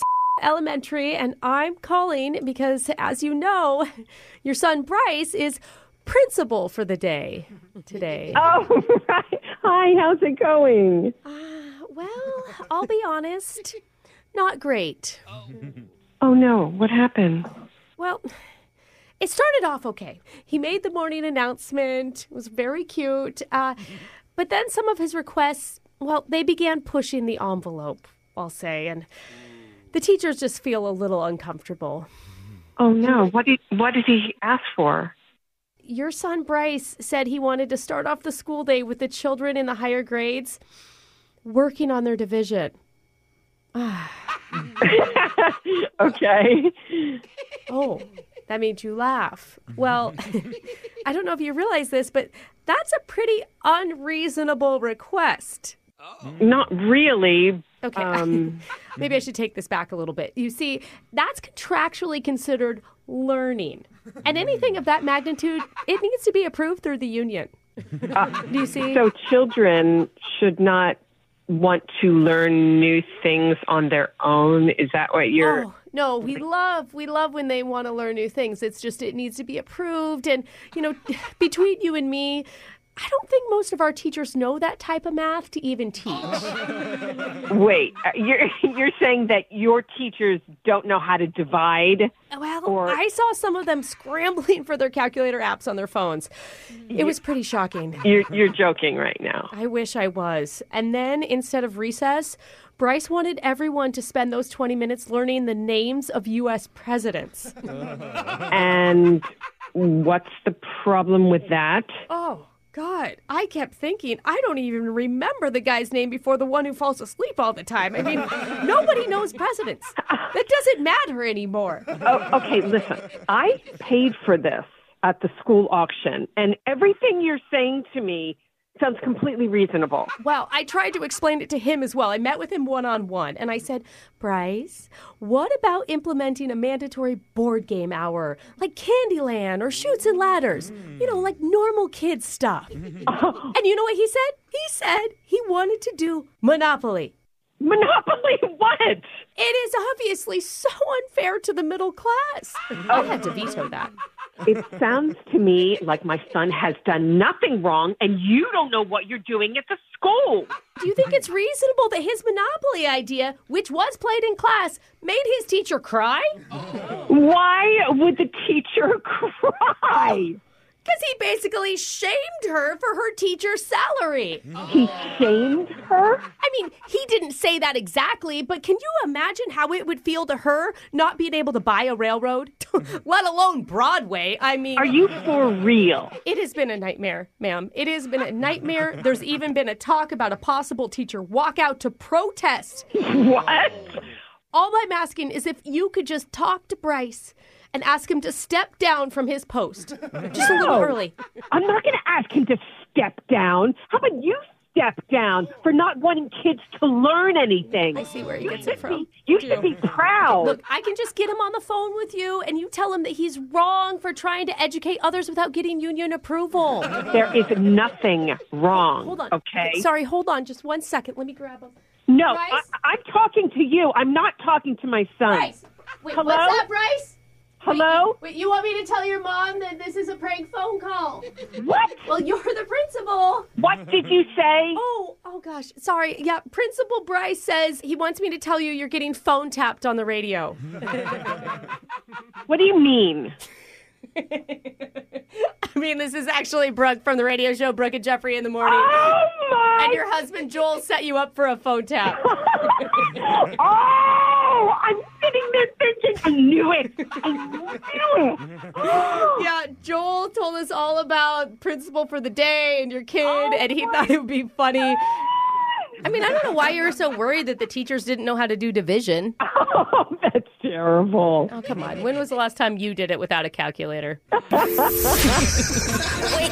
[SPEAKER 2] Elementary, and I'm calling because, as you know, your son Bryce is principal for the day today.
[SPEAKER 12] Oh, right. Hi, how's it going?
[SPEAKER 2] Well, I'll be honest, not great.
[SPEAKER 12] Oh, no. What happened?
[SPEAKER 2] Well, it started off okay. He made the morning announcement, it was very cute. Uh, but then some of his requests, well, they began pushing the envelope, I'll say, and the teachers just feel a little uncomfortable.
[SPEAKER 12] Oh, no. What did, what did he ask for?
[SPEAKER 2] Your son Bryce said he wanted to start off the school day with the children in the higher grades working on their division.
[SPEAKER 12] Okay.
[SPEAKER 2] Oh, that made you laugh. Well, I don't know if you realize this, but that's a pretty unreasonable request.
[SPEAKER 12] Not really.
[SPEAKER 2] Okay.
[SPEAKER 12] Um,
[SPEAKER 2] Maybe I should take this back a little bit. You see, that's contractually considered learning. And anything of that magnitude, it needs to be approved through the union. Do you see?
[SPEAKER 12] uh, so, children should not want to learn new things on their own. Is that what you're.
[SPEAKER 2] Oh, no, we love we love when they want to learn new things. It's just it needs to be approved and you know, between you and me, I don't think most of our teachers know that type of math to even teach.
[SPEAKER 14] Wait, uh, you're you're saying that your teachers don't know how to divide?
[SPEAKER 2] Oh, Well, I saw some of them scrambling for their calculator apps on their phones. It was pretty shocking.
[SPEAKER 14] You're you're joking right now.
[SPEAKER 2] I wish I was. And then instead of recess, Bryce wanted everyone to spend those 20 minutes learning the names of U.S. presidents.
[SPEAKER 14] And what's the problem with that?
[SPEAKER 2] Oh, God. I kept thinking, I don't even remember the guy's name before the one who falls asleep all the time. I mean, nobody knows presidents. That doesn't matter anymore.
[SPEAKER 14] Oh, okay, listen. I paid for this at the school auction, and everything you're saying to me sounds completely reasonable.
[SPEAKER 2] Well, I tried to explain it to him as well. I met with him one on one and I said, Bryce, what about implementing a mandatory board game hour like Candyland or Shoots and Ladders? You know, like normal kids stuff. and you know what he said? He said he wanted to do Monopoly.
[SPEAKER 14] Monopoly what? It
[SPEAKER 2] is obviously so unfair to the middle class. I had to veto that.
[SPEAKER 14] It sounds to me like my son has done nothing wrong, and you don't know what you're doing at the school.
[SPEAKER 2] Do you think it's reasonable that his Monopoly idea, which was played in class, made his teacher cry?
[SPEAKER 14] Why would the teacher cry?
[SPEAKER 2] Because he basically shamed her for her teacher's salary.
[SPEAKER 14] He shamed her?
[SPEAKER 2] I mean, he didn't say that exactly, but can you imagine how it would feel to her not being able to buy a railroad, let alone Broadway? I mean,
[SPEAKER 14] Are you for real?
[SPEAKER 2] It has been a nightmare, ma'am. It has been a nightmare. There's even been a talk about a possible teacher walkout to protest.
[SPEAKER 14] What?
[SPEAKER 2] All I'm asking is if you could just talk to Bryce and ask him to step down from his post just a little
[SPEAKER 14] No.
[SPEAKER 2] early.
[SPEAKER 14] I'm not going to ask him to step down. How about you step down for not wanting kids to learn anything?
[SPEAKER 2] I see where he gets it from.
[SPEAKER 14] You should be proud.
[SPEAKER 2] Look, I can just get him on the phone with you and you tell him that he's wrong for trying to educate others without getting union approval.
[SPEAKER 14] there is nothing wrong.
[SPEAKER 2] Hold on.
[SPEAKER 14] Okay.
[SPEAKER 2] Sorry, hold on just one second. Let me grab him.
[SPEAKER 14] No, I,
[SPEAKER 2] Bryce?
[SPEAKER 14] I'm talking to you. I'm not talking to my son.
[SPEAKER 2] Bryce. Wait,
[SPEAKER 14] Hello?
[SPEAKER 2] what's up, Bryce?
[SPEAKER 14] Hello?
[SPEAKER 2] Wait, you want me to tell your mom that this is a prank phone call?
[SPEAKER 14] What?
[SPEAKER 2] Well, you're the principal.
[SPEAKER 14] What did you say?
[SPEAKER 2] Oh, oh gosh. Sorry. Yeah, Principal Bryce says he wants me to tell you you're getting phone tapped on the radio.
[SPEAKER 14] What do you mean?
[SPEAKER 2] I mean, this is actually Brooke from the radio show Brooke and Jeffrey in the morning.
[SPEAKER 14] Oh my!
[SPEAKER 2] And your husband Joel set you up for a phone tap.
[SPEAKER 14] oh, I'm sitting there thinking. I knew it. I knew it.
[SPEAKER 2] yeah, Joel told us all about principal for the day and your kid,
[SPEAKER 14] Oh
[SPEAKER 2] and he thought it would be funny. I mean, I don't know why you were so worried that the teachers didn't know how to do division.
[SPEAKER 14] Oh, that's terrible.
[SPEAKER 2] Oh, come on. When was the last time you did it without a calculator?
[SPEAKER 8] Wake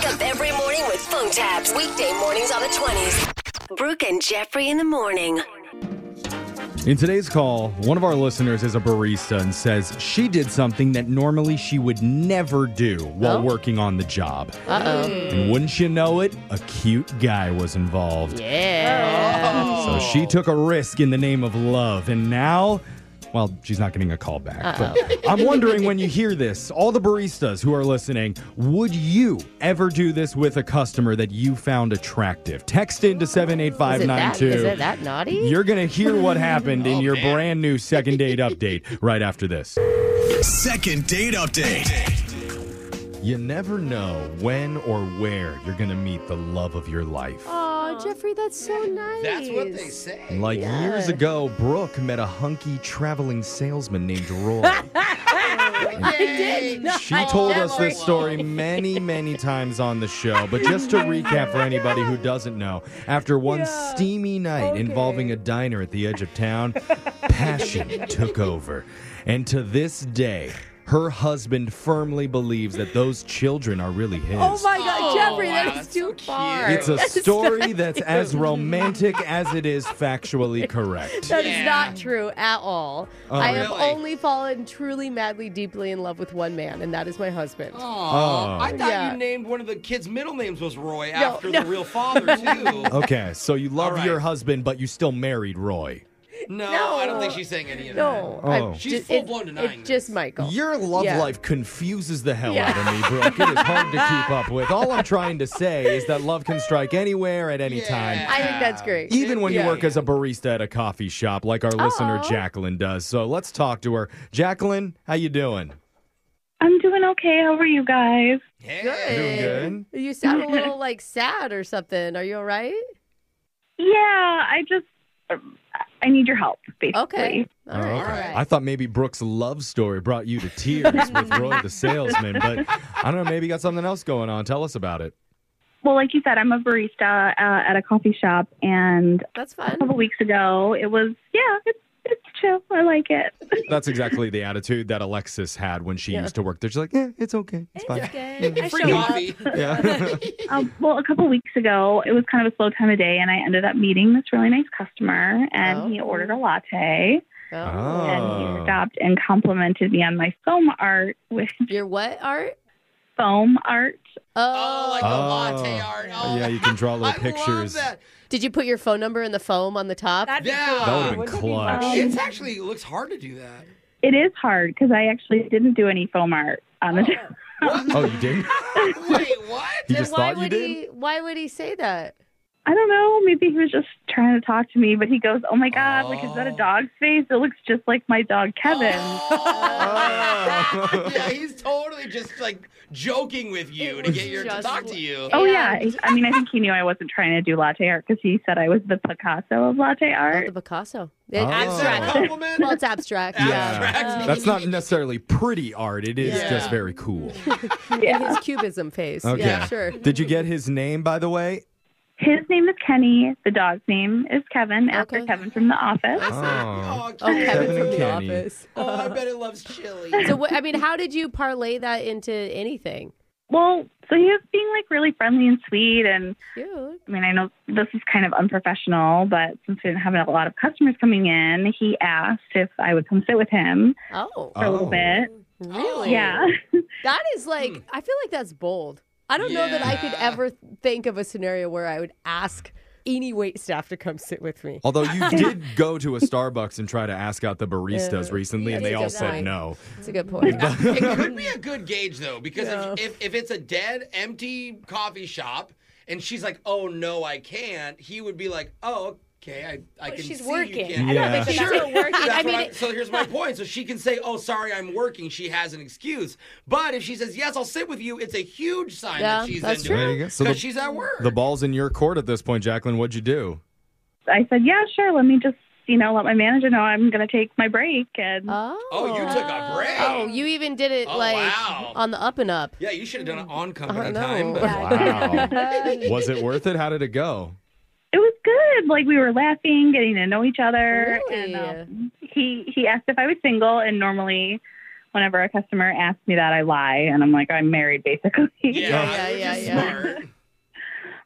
[SPEAKER 8] up every morning with phone taps. Weekday mornings on the 20s. Brooke and Jeffrey in the morning.
[SPEAKER 4] In today's call, one of our listeners is a barista and says she did something that normally she would never do while
[SPEAKER 2] Oh.
[SPEAKER 4] working on the job.
[SPEAKER 2] Uh
[SPEAKER 4] And wouldn't you know it, a cute guy was involved.
[SPEAKER 2] Yeah.
[SPEAKER 4] So she took a risk in the name of love. And now, well, she's not getting a call back. But I'm wondering when you hear this, all the baristas who are listening, would you ever do this with a customer that you found attractive? Text in to 78592.
[SPEAKER 2] that naughty?
[SPEAKER 4] You're going to hear what happened in your brand new second date update right after this.
[SPEAKER 9] Second date update.
[SPEAKER 4] You never know when or where you're going to meet the love of your life.
[SPEAKER 2] Oh, Jeffrey, that's so nice.
[SPEAKER 3] That's what they say.
[SPEAKER 4] And Like years ago, Brooke met a hunky traveling salesman named Roy.
[SPEAKER 2] I did. not.
[SPEAKER 4] She told us this story many, many times on the show. But just to recap for anybody who doesn't know, after one steamy night involving a diner at the edge of town, passion took over. And to this day, her husband firmly believes that those children are really his.
[SPEAKER 2] Oh my God, Jeffrey,
[SPEAKER 3] wow,
[SPEAKER 2] that is
[SPEAKER 3] that's
[SPEAKER 2] too
[SPEAKER 3] so cute.
[SPEAKER 2] far.
[SPEAKER 4] it's a
[SPEAKER 2] That is
[SPEAKER 4] story that's as romantic as it is factually correct.
[SPEAKER 2] That is not true at all.
[SPEAKER 4] Oh,
[SPEAKER 2] I have
[SPEAKER 4] really?
[SPEAKER 2] only fallen truly, madly, deeply in love with one man, and that is my husband.
[SPEAKER 4] Oh.
[SPEAKER 3] I thought
[SPEAKER 2] Yeah.
[SPEAKER 3] you named one of the kids' middle names was Roy
[SPEAKER 2] No,
[SPEAKER 3] after
[SPEAKER 2] no.
[SPEAKER 3] the real father, too.
[SPEAKER 4] Okay, so you love
[SPEAKER 3] All right.
[SPEAKER 4] your husband, but you still married Roy.
[SPEAKER 3] No, I don't think she's saying any of
[SPEAKER 2] No,
[SPEAKER 3] that.
[SPEAKER 2] I'm
[SPEAKER 4] Oh.
[SPEAKER 3] She's
[SPEAKER 2] ju- it-
[SPEAKER 3] full blown denying
[SPEAKER 2] It's just Michael.
[SPEAKER 4] Your love
[SPEAKER 2] Yeah.
[SPEAKER 4] life confuses the hell
[SPEAKER 2] Yeah.
[SPEAKER 4] out of me, Brooke. It is hard to keep up with. All I'm trying to say is that love can strike anywhere at any time.
[SPEAKER 2] I think that's great.
[SPEAKER 4] Even when
[SPEAKER 2] Yeah. Uh-huh.
[SPEAKER 4] you work as a barista at a coffee shop, like our listener Jacqueline does. So let's talk to her. Jacqueline, how you doing?
[SPEAKER 15] I'm doing okay. How are you guys?
[SPEAKER 4] Doing
[SPEAKER 2] good. You sound a little like sad or something. Are you all right?
[SPEAKER 15] Yeah, Uh, I just I need your help, basically.
[SPEAKER 2] Okay. All right.
[SPEAKER 4] Oh, I thought maybe Brooke's love story brought you to tears with Roy the salesman, but I don't know. Maybe you got something else going on. Tell us about it.
[SPEAKER 15] Well, like you said, I'm a barista uh, at a coffee shop, and
[SPEAKER 2] that's fun. A
[SPEAKER 15] couple weeks ago, it was yeah, it's it's chill. I like it.
[SPEAKER 4] That's exactly the attitude that Alexis had when she
[SPEAKER 15] Yeah.
[SPEAKER 4] used to work there. She's like, yeah, it's okay. It's, fine.
[SPEAKER 15] I
[SPEAKER 4] Free
[SPEAKER 15] show
[SPEAKER 4] coffee. Yeah.
[SPEAKER 15] um, well, a couple weeks ago, it was kind of a slow time of day, and I ended up meeting this really nice customer, and he
[SPEAKER 2] Oh.
[SPEAKER 15] ordered a latte.
[SPEAKER 4] Ah.
[SPEAKER 15] And he stopped and complimented me on my foam art with
[SPEAKER 2] your what art?
[SPEAKER 15] Foam art.
[SPEAKER 2] Oh, like
[SPEAKER 4] Oh. Yeah, you can draw little pictures. That.
[SPEAKER 2] Did you put your phone number in the foam on the top?
[SPEAKER 3] That'd be Yeah. cool. That
[SPEAKER 4] would've been clutch.
[SPEAKER 3] it's actually it looks hard to do that.
[SPEAKER 15] It is hard because I actually didn't do any foam art on the
[SPEAKER 4] Oh, you didn't?
[SPEAKER 3] Wait, what?
[SPEAKER 4] He
[SPEAKER 2] Then
[SPEAKER 4] just
[SPEAKER 2] why
[SPEAKER 4] thought you
[SPEAKER 2] would
[SPEAKER 4] did?
[SPEAKER 2] he? Why would he say that?
[SPEAKER 15] I don't know. Maybe he was just trying to talk to me, but he goes, "Oh my god! Like, is that a dog's face? It looks just like my dog Kevin."
[SPEAKER 3] yeah, he's totally just like joking with you to get your to talk to you.
[SPEAKER 15] Oh yeah. I mean, I think he knew I wasn't trying to do latte art because he said I was the Picasso of latte art.
[SPEAKER 2] Oh, the Picasso.
[SPEAKER 4] It- Oh.
[SPEAKER 2] Abstract. well, it's abstract.
[SPEAKER 4] Yeah. That's not necessarily pretty art. It is
[SPEAKER 2] Yeah.
[SPEAKER 4] just very cool.
[SPEAKER 2] yeah. In his cubism face.
[SPEAKER 4] Okay.
[SPEAKER 2] Yeah, sure.
[SPEAKER 4] Did you get his name, by the way?
[SPEAKER 15] His name is Kenny. The dog's name is Kevin, after Kevin from The Office.
[SPEAKER 4] Oh,
[SPEAKER 2] Oh, Kevin
[SPEAKER 4] Kevin
[SPEAKER 2] from
[SPEAKER 4] and
[SPEAKER 2] the
[SPEAKER 4] Kenny.
[SPEAKER 2] office.
[SPEAKER 3] Oh, I bet it loves chili.
[SPEAKER 2] So, what, I mean, how did you parlay that into anything?
[SPEAKER 15] Well, so he was being like really friendly and sweet, and I mean, I know this is kind of unprofessional, but since we didn't have a lot of customers coming in, he asked if I would come sit with him
[SPEAKER 2] Oh.
[SPEAKER 15] for a little bit.
[SPEAKER 2] Really?
[SPEAKER 15] Yeah.
[SPEAKER 2] That is like, I feel like that's bold. I don't know that I could ever think of a scenario where I would ask any wait staff to come sit with me.
[SPEAKER 4] Although you did go to a Starbucks and try to ask out the baristas
[SPEAKER 2] Yeah.
[SPEAKER 4] recently, and
[SPEAKER 2] That's
[SPEAKER 4] they
[SPEAKER 2] a
[SPEAKER 4] all
[SPEAKER 2] good
[SPEAKER 4] said
[SPEAKER 2] point.
[SPEAKER 4] no.
[SPEAKER 2] That's a good point.
[SPEAKER 3] it could be a good gauge though, because if, if if it's a dead, empty coffee shop, and she's like, "Oh no, I can't," he would be like, "Oh." Okay, I, I
[SPEAKER 1] Well,
[SPEAKER 3] can
[SPEAKER 1] she's
[SPEAKER 3] see
[SPEAKER 1] working.
[SPEAKER 3] You
[SPEAKER 1] I
[SPEAKER 3] can't.
[SPEAKER 1] don't Yeah. think that that's
[SPEAKER 3] sure.
[SPEAKER 1] not working.
[SPEAKER 3] That's
[SPEAKER 1] I
[SPEAKER 3] what
[SPEAKER 1] mean,
[SPEAKER 3] I-
[SPEAKER 1] it-
[SPEAKER 3] so here's my point. So she can say, "Oh, sorry, I'm working." She has an excuse. But if she says, "Yes, I'll sit with you," it's a huge sign
[SPEAKER 15] Yeah,
[SPEAKER 3] that she's
[SPEAKER 15] that's
[SPEAKER 3] into
[SPEAKER 4] There you
[SPEAKER 3] it
[SPEAKER 4] go.
[SPEAKER 3] because
[SPEAKER 4] So the-
[SPEAKER 3] she's at work.
[SPEAKER 4] The ball's in your court at this point, Jacqueline. What'd you do?
[SPEAKER 15] I said, "Yeah, sure. Let me just, you know, let my manager know I'm going to take my break." And
[SPEAKER 2] oh,
[SPEAKER 3] you took a break.
[SPEAKER 2] Oh, you even did it
[SPEAKER 3] Oh,
[SPEAKER 2] like
[SPEAKER 3] wow.
[SPEAKER 2] on the up and up.
[SPEAKER 3] Yeah, you should have done it on
[SPEAKER 2] I
[SPEAKER 3] company
[SPEAKER 2] know.
[SPEAKER 3] time. but-
[SPEAKER 4] Wow. Was it worth it? How did it go?
[SPEAKER 15] it was good. Like we were laughing, getting to know each
[SPEAKER 2] Oh.
[SPEAKER 15] other.
[SPEAKER 2] uh,
[SPEAKER 15] And um, he he asked if I was single, and normally, whenever a customer asks me that, I lie and I'm like, "I'm married," basically.
[SPEAKER 2] yeah, yeah, yeah.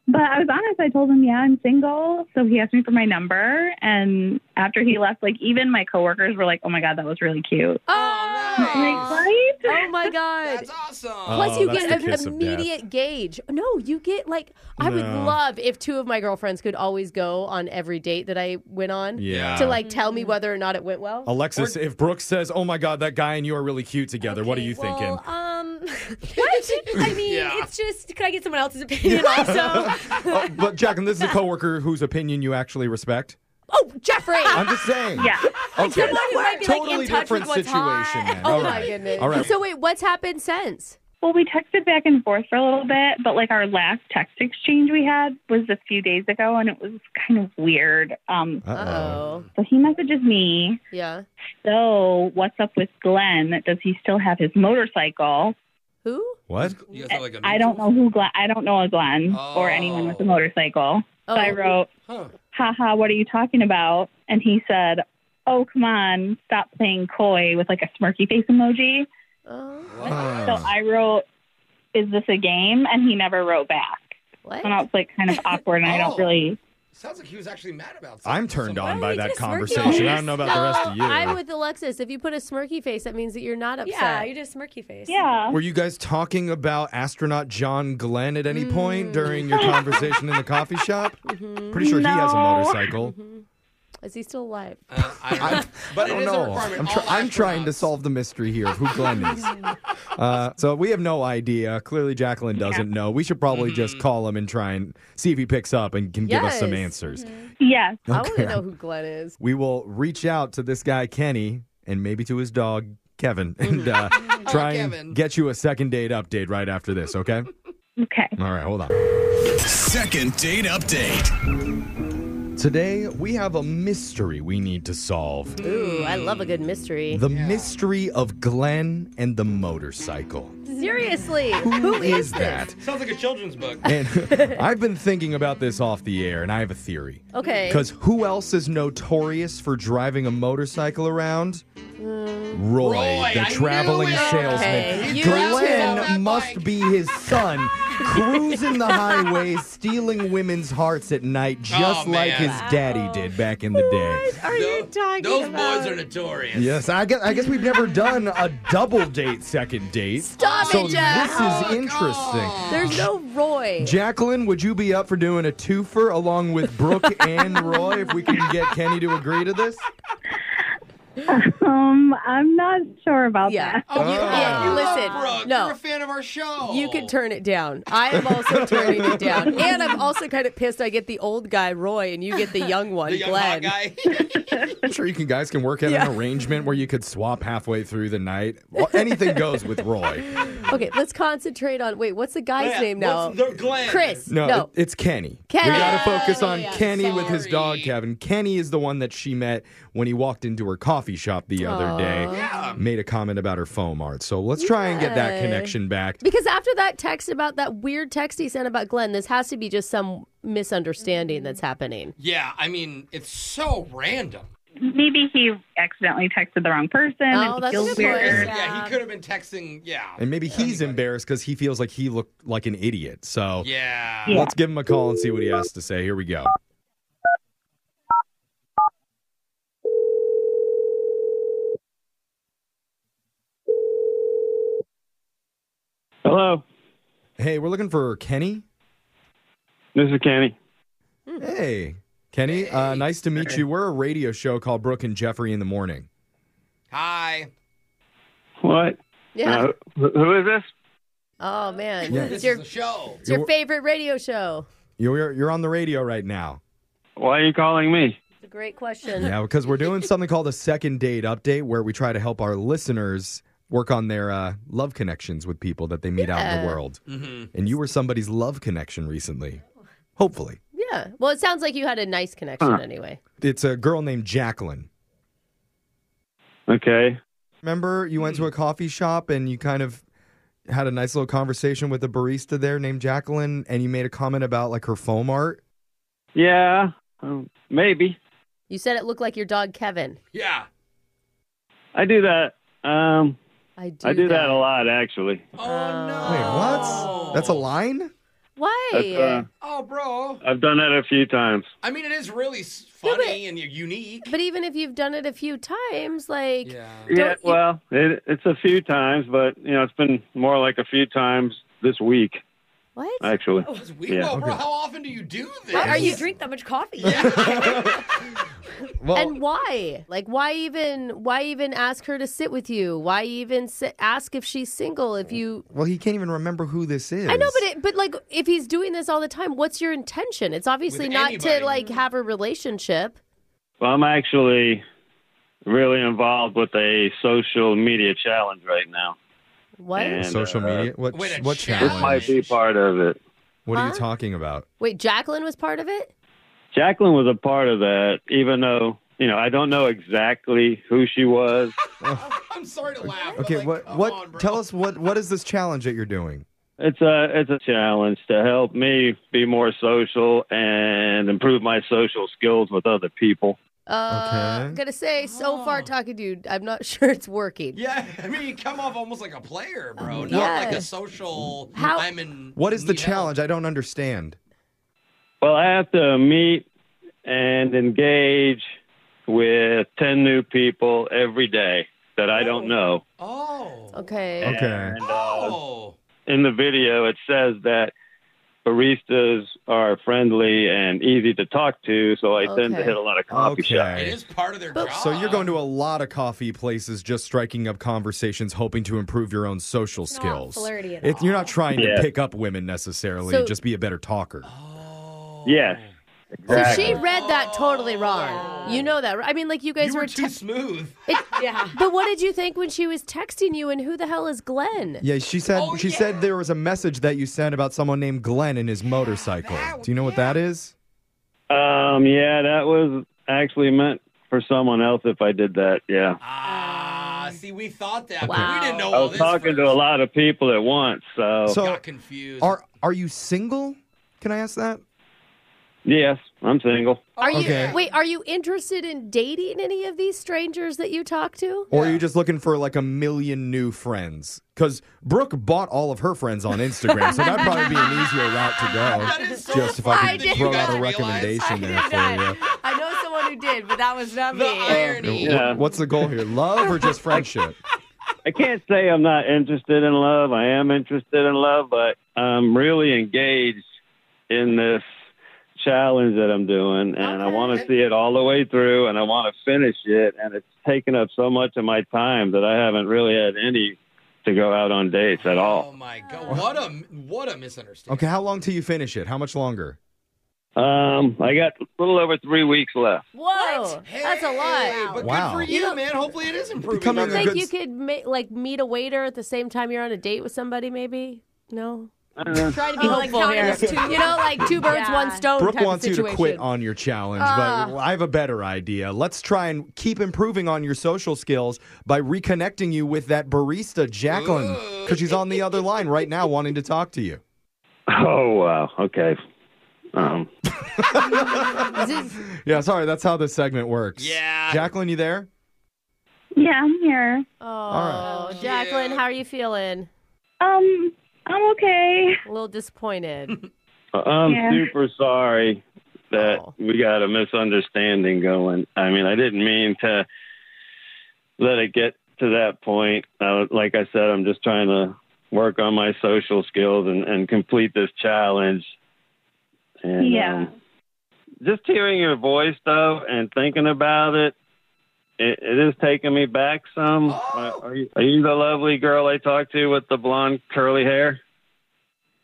[SPEAKER 15] But I was honest. I told him, "Yeah, I'm single." So he asked me for my number, and after he left, like even my coworkers were like, "Oh my god, that was really cute."
[SPEAKER 2] Oh,
[SPEAKER 15] right?
[SPEAKER 2] Oh my god, that's
[SPEAKER 3] awesome.
[SPEAKER 2] Plus,
[SPEAKER 4] Oh,
[SPEAKER 2] you
[SPEAKER 15] that's
[SPEAKER 2] get
[SPEAKER 15] the
[SPEAKER 2] an
[SPEAKER 15] kiss of death.
[SPEAKER 2] immediate gauge. No, you get like I would
[SPEAKER 4] No.
[SPEAKER 2] love if two of my girlfriends could always go on every date that I went on.
[SPEAKER 4] Yeah.
[SPEAKER 2] to like tell me whether or not it went well.
[SPEAKER 4] Alexis, if Brooke says, "Oh my God, that guy and you are really cute together," what are you thinking?
[SPEAKER 1] Well, um, what? I mean, it's just, could I get someone else's opinion also?
[SPEAKER 4] Oh, but Jacqueline, this is a coworker whose opinion you actually respect.
[SPEAKER 1] oh, Jeffrey!
[SPEAKER 4] I'm just saying.
[SPEAKER 1] Yeah.
[SPEAKER 4] Okay.
[SPEAKER 1] Someone who might be, like, in
[SPEAKER 4] totally
[SPEAKER 1] touch
[SPEAKER 4] different
[SPEAKER 1] with what's
[SPEAKER 4] situation.
[SPEAKER 1] hot.
[SPEAKER 4] Then.
[SPEAKER 2] Oh
[SPEAKER 4] All
[SPEAKER 2] my
[SPEAKER 4] right.
[SPEAKER 2] goodness.
[SPEAKER 4] All right.
[SPEAKER 2] So wait, what's happened since?
[SPEAKER 15] Well, we texted back and forth for a little bit, but like our last text exchange we had was a few days ago, and it was kind of weird. Um,
[SPEAKER 2] Uh-oh.
[SPEAKER 15] So he messages me.
[SPEAKER 2] Yeah.
[SPEAKER 15] So what's up with Glenn? Does he still have his motorcycle?
[SPEAKER 2] Who?
[SPEAKER 4] What?
[SPEAKER 15] I don't know who Glenn. I don't know a Glenn or anyone with a motorcycle. So
[SPEAKER 2] Oh.
[SPEAKER 15] I wrote, "Haha, what are you talking about?" And he said, "Oh, come on, stop playing coy with like a smirky face emoji."
[SPEAKER 3] Oh.
[SPEAKER 15] So I wrote, "Is this a game?" And he never wrote back.
[SPEAKER 2] What?
[SPEAKER 15] And I was like, kind of awkward, and I
[SPEAKER 4] Oh.
[SPEAKER 15] don't really.
[SPEAKER 3] Sounds like he was actually mad about.
[SPEAKER 4] I'm turned on by that
[SPEAKER 2] Smirky
[SPEAKER 4] conversation. I
[SPEAKER 2] face.
[SPEAKER 4] don't know about the rest of you.
[SPEAKER 2] No, I'm with Alexis. If you put a smirky face, that means that you're not upset.
[SPEAKER 1] Yeah, you did a smirky face.
[SPEAKER 15] Yeah.
[SPEAKER 4] Were you guys talking about astronaut John Glenn at any
[SPEAKER 1] Mm.
[SPEAKER 4] point during your conversation in the coffee shop? Pretty sure he has a
[SPEAKER 15] No.
[SPEAKER 4] motorcycle.
[SPEAKER 2] Mm-hmm. Is he still alive?
[SPEAKER 3] Uh, I, but it
[SPEAKER 2] don't
[SPEAKER 3] is a
[SPEAKER 2] know.
[SPEAKER 3] requirement.
[SPEAKER 4] I'm, tr-
[SPEAKER 3] All
[SPEAKER 4] I'm trying to solve the mystery here of who Glenn is. Uh, so we have no idea. Clearly, Jacqueline doesn't know. We should probably just
[SPEAKER 1] Mm-hmm.
[SPEAKER 4] call him and try and see if he picks up and can give us some
[SPEAKER 2] Yes.
[SPEAKER 4] answers.
[SPEAKER 1] Mm-hmm.
[SPEAKER 15] Yes.
[SPEAKER 2] I want
[SPEAKER 4] Okay.
[SPEAKER 2] to know who Glenn is.
[SPEAKER 4] We will reach out to this guy, Kenny, and maybe to his dog, Kevin, and uh, try and get you a second date update right after this, okay?
[SPEAKER 15] Okay.
[SPEAKER 4] All right, hold on.
[SPEAKER 5] Second date update.
[SPEAKER 4] Today, we have a mystery we need to solve.
[SPEAKER 2] Ooh, I love a good mystery.
[SPEAKER 4] The mystery of Glenn and the motorcycle.
[SPEAKER 2] Seriously,
[SPEAKER 4] Who
[SPEAKER 2] who
[SPEAKER 4] is
[SPEAKER 2] is this?
[SPEAKER 4] that?
[SPEAKER 3] Sounds like a children's book.
[SPEAKER 4] And I've been thinking about this off the air, and I have a theory.
[SPEAKER 2] Okay.
[SPEAKER 4] Because who else is notorious for driving a motorcycle around? Roy,
[SPEAKER 16] Roy,
[SPEAKER 4] the
[SPEAKER 16] I
[SPEAKER 4] traveling
[SPEAKER 16] knew it!
[SPEAKER 4] salesman.
[SPEAKER 16] Okay, you grabbed it on
[SPEAKER 4] Glenn must be his son, cruising the highways, stealing women's hearts at night, just
[SPEAKER 3] Oh,
[SPEAKER 4] like
[SPEAKER 3] man.
[SPEAKER 4] his daddy did back in the day.
[SPEAKER 2] Are you talking
[SPEAKER 3] Those boys are notorious.
[SPEAKER 4] Yes, I guess, I guess we've never done a double date, second date.
[SPEAKER 2] Stop
[SPEAKER 4] so
[SPEAKER 2] it, Jack.
[SPEAKER 4] This is interesting.
[SPEAKER 2] There's no Roy.
[SPEAKER 4] Jacqueline, would you be up for doing a twofer along with Brooke and Roy if we can get Kenny to agree to this?
[SPEAKER 15] Um, I'm not sure about that.
[SPEAKER 2] You- Oh, yeah, listen, no.
[SPEAKER 3] You're a fan of our show.
[SPEAKER 2] You can turn it down. I am also turning it down. And I'm also kind of pissed I get the old guy, Roy, and you get the young one,
[SPEAKER 3] The young
[SPEAKER 2] Glenn.
[SPEAKER 3] hot guy.
[SPEAKER 4] I'm sure you can, guys can work out
[SPEAKER 2] Yeah.
[SPEAKER 4] an arrangement where you could swap halfway through the night. Well, anything goes with Roy.
[SPEAKER 2] Okay, let's concentrate on. Wait, what's the
[SPEAKER 3] Oh,
[SPEAKER 2] guy's
[SPEAKER 4] Yeah,
[SPEAKER 2] name now?
[SPEAKER 4] what's
[SPEAKER 3] Glenn.
[SPEAKER 2] Chris.
[SPEAKER 4] No,
[SPEAKER 2] No.
[SPEAKER 4] it- it's Kenny. We
[SPEAKER 2] Kenny.
[SPEAKER 4] got to focus on
[SPEAKER 2] Yeah,
[SPEAKER 4] Kenny with his dog, Kevin. Kenny is the one that she met when he walked into her coffee shop the other
[SPEAKER 2] Aw.
[SPEAKER 4] day.
[SPEAKER 2] Yeah.
[SPEAKER 4] Made a comment about her foam art. So let's try and get that
[SPEAKER 2] Yeah.
[SPEAKER 4] connection back.
[SPEAKER 2] Because after that text about that weird text he sent about Glenn, this has to be just some misunderstanding that's happening.
[SPEAKER 3] Yeah, I mean, it's so random.
[SPEAKER 15] Maybe he accidentally texted the wrong person.
[SPEAKER 2] Oh,
[SPEAKER 15] and he feels weird.
[SPEAKER 3] Yeah. he could have been texting. Yeah.
[SPEAKER 4] And maybe he's embarrassed because he feels like he looked like an idiot. So
[SPEAKER 3] Yeah.
[SPEAKER 4] let's give him a call and see what he has to say. Here we go.
[SPEAKER 17] Hello.
[SPEAKER 4] Hey, we're looking for Kenny.
[SPEAKER 17] This is Kenny.
[SPEAKER 4] Hey, Kenny. Uh, nice to meet you. We're a radio show called Brooke and Jeffrey in the Morning.
[SPEAKER 3] Hi.
[SPEAKER 17] What?
[SPEAKER 2] Yeah.
[SPEAKER 17] Uh, wh- who is this?
[SPEAKER 2] Oh man,
[SPEAKER 4] Yeah.
[SPEAKER 2] it's your
[SPEAKER 3] show.
[SPEAKER 2] It's your favorite radio show.
[SPEAKER 4] You're you're on the radio right now.
[SPEAKER 17] Why are you calling me?
[SPEAKER 2] It's a great question.
[SPEAKER 4] Yeah, because we're doing something called a second date update, where we try to help our listeners work on their uh, love connections with people that they meet out in
[SPEAKER 2] Yeah.
[SPEAKER 4] the world.
[SPEAKER 2] Mhm.
[SPEAKER 3] Mm-hmm.
[SPEAKER 4] And you were somebody's love connection recently, hopefully.
[SPEAKER 2] Yeah. Well, it sounds like you had a nice connection anyway.
[SPEAKER 4] It's a girl named Jacqueline.
[SPEAKER 17] Okay.
[SPEAKER 4] Remember, you went to a coffee shop and you kind of had a nice little conversation with a barista there named Jacqueline, and you made a comment about like her foam art.
[SPEAKER 17] Yeah, um, maybe.
[SPEAKER 2] You said it looked like your dog Kevin.
[SPEAKER 3] Yeah.
[SPEAKER 17] I do that. Um,
[SPEAKER 2] I do.
[SPEAKER 17] I do that. a lot, actually.
[SPEAKER 3] Oh,
[SPEAKER 4] Wait, what? That's a line?
[SPEAKER 2] Why?
[SPEAKER 17] That's, uh,
[SPEAKER 3] Oh, bro.
[SPEAKER 17] I've done that a few times.
[SPEAKER 3] I mean, it is really s- funny and unique.
[SPEAKER 2] But even if you've done it a few times, like
[SPEAKER 17] yeah, well, it, it's a few times, but you know, it's been more like a few times this week.
[SPEAKER 2] What?
[SPEAKER 17] Actually.
[SPEAKER 3] We,
[SPEAKER 17] Yeah.
[SPEAKER 3] well, bro, how often do you do this?
[SPEAKER 1] Why are you drink that much coffee?
[SPEAKER 2] and why? Like, why even? Why even ask her to sit with you? Why even si- ask if she's single? If you,
[SPEAKER 4] Well, he can't even remember who this is.
[SPEAKER 2] I know, but it, but like, if he's doing this all the time, what's your intention? It's obviously
[SPEAKER 17] With
[SPEAKER 2] not
[SPEAKER 17] anybody.
[SPEAKER 2] to like have a relationship.
[SPEAKER 17] Well, I'm actually really involved with a social media challenge right now.
[SPEAKER 2] What?
[SPEAKER 17] And,
[SPEAKER 4] Social
[SPEAKER 17] uh,
[SPEAKER 4] media? What,
[SPEAKER 17] Wait, a
[SPEAKER 4] what
[SPEAKER 17] This
[SPEAKER 4] challenge?
[SPEAKER 17] might be part of it.
[SPEAKER 4] What are you talking about?
[SPEAKER 2] Wait, Jacqueline was part of it.
[SPEAKER 17] Jacqueline was a part of that, even though you know I don't know exactly who she was.
[SPEAKER 3] I'm sorry to laugh.
[SPEAKER 4] Okay, what what tell us what what is this challenge that you're doing?
[SPEAKER 17] It's a it's a challenge to help me be more social and improve my social skills with other people.
[SPEAKER 2] Uh,
[SPEAKER 17] Okay.
[SPEAKER 2] I'm gonna say, so far talking to you, I'm not sure it's working.
[SPEAKER 3] Yeah, I mean, you come off almost like a player, bro. Not
[SPEAKER 2] Yeah.
[SPEAKER 3] like a social. I'm in.
[SPEAKER 4] What is the challenge? I don't understand.
[SPEAKER 17] Well, I have to meet and engage with ten new people every day that I don't know.
[SPEAKER 3] Oh.
[SPEAKER 2] Okay.
[SPEAKER 18] Oh.
[SPEAKER 17] And, uh, in the video, it says that baristas are friendly and easy to talk to, so I tend to
[SPEAKER 4] Okay.
[SPEAKER 17] hit a lot of coffee
[SPEAKER 4] Okay.
[SPEAKER 17] shops.
[SPEAKER 4] It is
[SPEAKER 3] part of their
[SPEAKER 4] So you're going to a lot of coffee places, just striking up conversations, hoping to improve your own social skills.
[SPEAKER 1] flirty at
[SPEAKER 4] It- you're not trying
[SPEAKER 17] Yeah.
[SPEAKER 4] to pick up women necessarily,
[SPEAKER 2] So-
[SPEAKER 4] just be a better talker.
[SPEAKER 3] Oh.
[SPEAKER 17] Yes.
[SPEAKER 2] So she read that totally wrong. You know that. right? I mean, like Oh. you guys were, too
[SPEAKER 3] smooth.
[SPEAKER 2] yeah. But what did you think when she was texting you? And who the hell is Glenn?
[SPEAKER 18] Yeah, she said
[SPEAKER 3] Oh,
[SPEAKER 18] she said there was a message that you sent about someone named Glenn and his motorcycle. Do you know what that is?
[SPEAKER 17] Um, yeah, that was actually meant for someone else if I did that, yeah.
[SPEAKER 3] Ah, see, we thought that, but
[SPEAKER 17] Wow.
[SPEAKER 3] we didn't know
[SPEAKER 17] I
[SPEAKER 3] all
[SPEAKER 17] was
[SPEAKER 3] this.
[SPEAKER 17] talking to a lot of people at once, so,
[SPEAKER 3] got confused.
[SPEAKER 18] Are are you single? Can I ask that?
[SPEAKER 17] yes, I'm single.
[SPEAKER 2] Are you
[SPEAKER 18] Okay.
[SPEAKER 2] wait? Are you interested in dating any of these strangers that you talk to?
[SPEAKER 4] Or are you just looking for like a million new friends? Because Brooke bought all of her friends on Instagram, so that'd probably be an easier route to go. just if
[SPEAKER 2] I
[SPEAKER 4] I could
[SPEAKER 2] did
[SPEAKER 4] throw
[SPEAKER 2] not
[SPEAKER 4] out a
[SPEAKER 2] realize.
[SPEAKER 4] recommendation there for you.
[SPEAKER 2] I know someone who did, but that was not me.
[SPEAKER 17] Yeah.
[SPEAKER 18] What- What's the goal here? Love or just friendship?
[SPEAKER 17] I can't say I'm not interested in love. I am interested in love, but I'm really engaged in this challenge that I'm doing, and I want to see it all the way through, and I want to finish it. And it's taken up so much of my time that I haven't really had any to go out on dates at all.
[SPEAKER 3] My God, what a Um, what a misunderstanding.
[SPEAKER 4] Okay, how long till you finish it? How much longer?
[SPEAKER 17] Um, I got a little over three weeks left.
[SPEAKER 2] Whoa, that's a lot.
[SPEAKER 3] But
[SPEAKER 17] Wow.
[SPEAKER 3] good for you, man. Hopefully, it is
[SPEAKER 2] You
[SPEAKER 3] improving.
[SPEAKER 2] don't
[SPEAKER 3] over
[SPEAKER 2] think
[SPEAKER 3] the-
[SPEAKER 2] you could ma- like meet a waiter at the same time you're on a date with somebody? Maybe no. Try to be
[SPEAKER 1] Oh, like
[SPEAKER 2] hopeful
[SPEAKER 1] counting
[SPEAKER 2] here.
[SPEAKER 1] as two.
[SPEAKER 2] You know, like two birds,
[SPEAKER 1] Yeah.
[SPEAKER 2] one stone.
[SPEAKER 4] Brooke
[SPEAKER 2] type of
[SPEAKER 4] wants you to
[SPEAKER 2] situation.
[SPEAKER 4] quit on your challenge,
[SPEAKER 2] Ah.
[SPEAKER 4] but I have a better idea. Let's try and keep improving on your social skills by reconnecting you with that barista, Jacqueline, because she's on the other line right now wanting to talk to you.
[SPEAKER 17] Oh wow. Okay. Um,
[SPEAKER 4] Yeah, sorry, that's how this segment works. Yeah. Jacqueline, you there?
[SPEAKER 15] Yeah, I'm here.
[SPEAKER 2] Oh, Jacqueline, how are you feeling?
[SPEAKER 15] Um, I'm okay.
[SPEAKER 2] A little disappointed.
[SPEAKER 17] Uh, I'm
[SPEAKER 15] Yeah. Oh.
[SPEAKER 17] super sorry that we got a misunderstanding going. I mean, I didn't mean to let it get to that point. Uh, like I said, I'm just trying to work on my social skills and, and complete this challenge. And,
[SPEAKER 15] Yeah.
[SPEAKER 17] um, just hearing your voice though and thinking about it, it, it is taking me back some. Are, are you, are you the lovely girl I talked to with the blonde curly hair?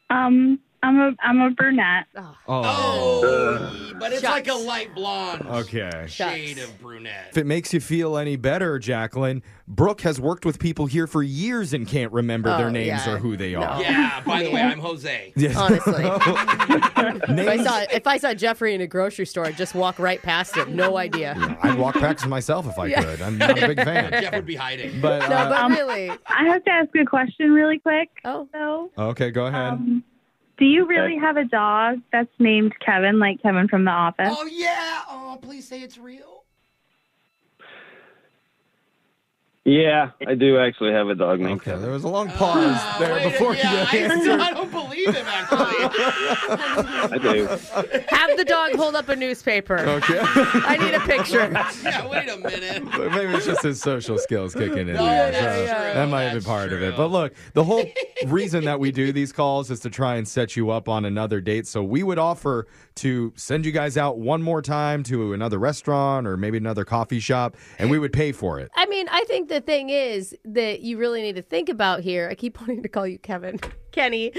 [SPEAKER 15] Um, I'm a I'm a brunette.
[SPEAKER 2] Uh-huh.
[SPEAKER 4] Oh.
[SPEAKER 3] But it's like a light blonde
[SPEAKER 4] Okay.
[SPEAKER 3] shade of brunette.
[SPEAKER 4] If it makes you feel any better, Jacqueline, Brooke has worked with people here for years and can't remember their
[SPEAKER 3] Oh,
[SPEAKER 4] names
[SPEAKER 3] yeah.
[SPEAKER 4] or who they are.
[SPEAKER 3] Yeah. By the way, I'm Jose.
[SPEAKER 4] Yes.
[SPEAKER 2] Honestly. if, I
[SPEAKER 4] Names-
[SPEAKER 2] saw, if I saw Jeffrey in a grocery store, I'd just walk right past him. No idea.
[SPEAKER 4] I'd walk back to myself if I
[SPEAKER 2] Yeah.
[SPEAKER 4] could. I'm not a big fan.
[SPEAKER 3] Jeff would be hiding.
[SPEAKER 4] But, uh,
[SPEAKER 15] Um,
[SPEAKER 2] really,
[SPEAKER 15] I have to ask a question really quick. Oh, though,
[SPEAKER 4] okay, go ahead.
[SPEAKER 15] do you really have a dog that's named Kevin, like Kevin from The Office?
[SPEAKER 3] Oh yeah. Oh, please say it's real.
[SPEAKER 17] Yeah, I do actually have a dog named
[SPEAKER 4] Okay, there was a long pause
[SPEAKER 3] Ah,
[SPEAKER 4] there before you
[SPEAKER 3] Yeah,
[SPEAKER 4] got
[SPEAKER 3] I,
[SPEAKER 4] answered.
[SPEAKER 3] I don't believe him actually.
[SPEAKER 17] I do.
[SPEAKER 2] Have the dog hold up a newspaper.
[SPEAKER 4] Okay.
[SPEAKER 2] I need a picture.
[SPEAKER 3] yeah, wait a minute.
[SPEAKER 4] But maybe it's just his social skills kicking in.
[SPEAKER 3] No,
[SPEAKER 4] there,
[SPEAKER 3] that's
[SPEAKER 4] so
[SPEAKER 3] true,
[SPEAKER 4] That might have been part of it. But look, the whole reason that we do these calls is to try and set you up on another date. So we would offer to send you guys out one more time to another restaurant or maybe another coffee shop, and we would pay for it.
[SPEAKER 2] I mean, I think the thing is that you really need to think about here. I keep wanting to call you Kevin, Kenny.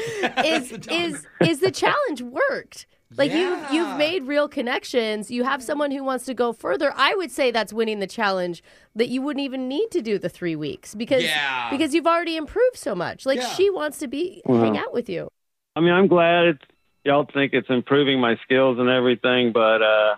[SPEAKER 2] Is is is the challenge worked? Like you've you've made real connections. You have someone who wants to go further. I would say that's winning the challenge. That you wouldn't even need to do the three weeks because
[SPEAKER 17] Yeah.
[SPEAKER 2] because you've already improved so much. Like she wants to be
[SPEAKER 17] Wow.
[SPEAKER 2] hang out with you.
[SPEAKER 17] I mean, I'm glad it's, y'all think it's improving my skills and everything, but uh,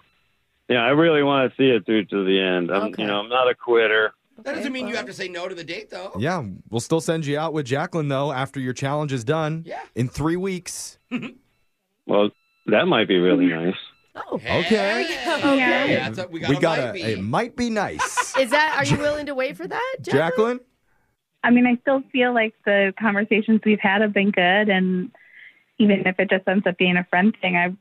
[SPEAKER 17] yeah, I really want to see it through to the end. I'm,
[SPEAKER 3] Okay.
[SPEAKER 17] you know, I'm not a quitter.
[SPEAKER 3] That doesn't mean you have to say no to the date though.
[SPEAKER 4] Yeah, we'll still send you out with Jacqueline though after your challenge is done. Yeah. In three weeks.
[SPEAKER 17] Well, that might be really nice.
[SPEAKER 4] Okay.
[SPEAKER 2] Okay.
[SPEAKER 3] Yeah, that's what we got a might be.
[SPEAKER 4] a, it might be nice.
[SPEAKER 2] Is that are you willing to wait for that?
[SPEAKER 4] Jacqueline?
[SPEAKER 15] I mean, I still feel like the conversations we've had have been good, and even if it just ends up being a friend thing, I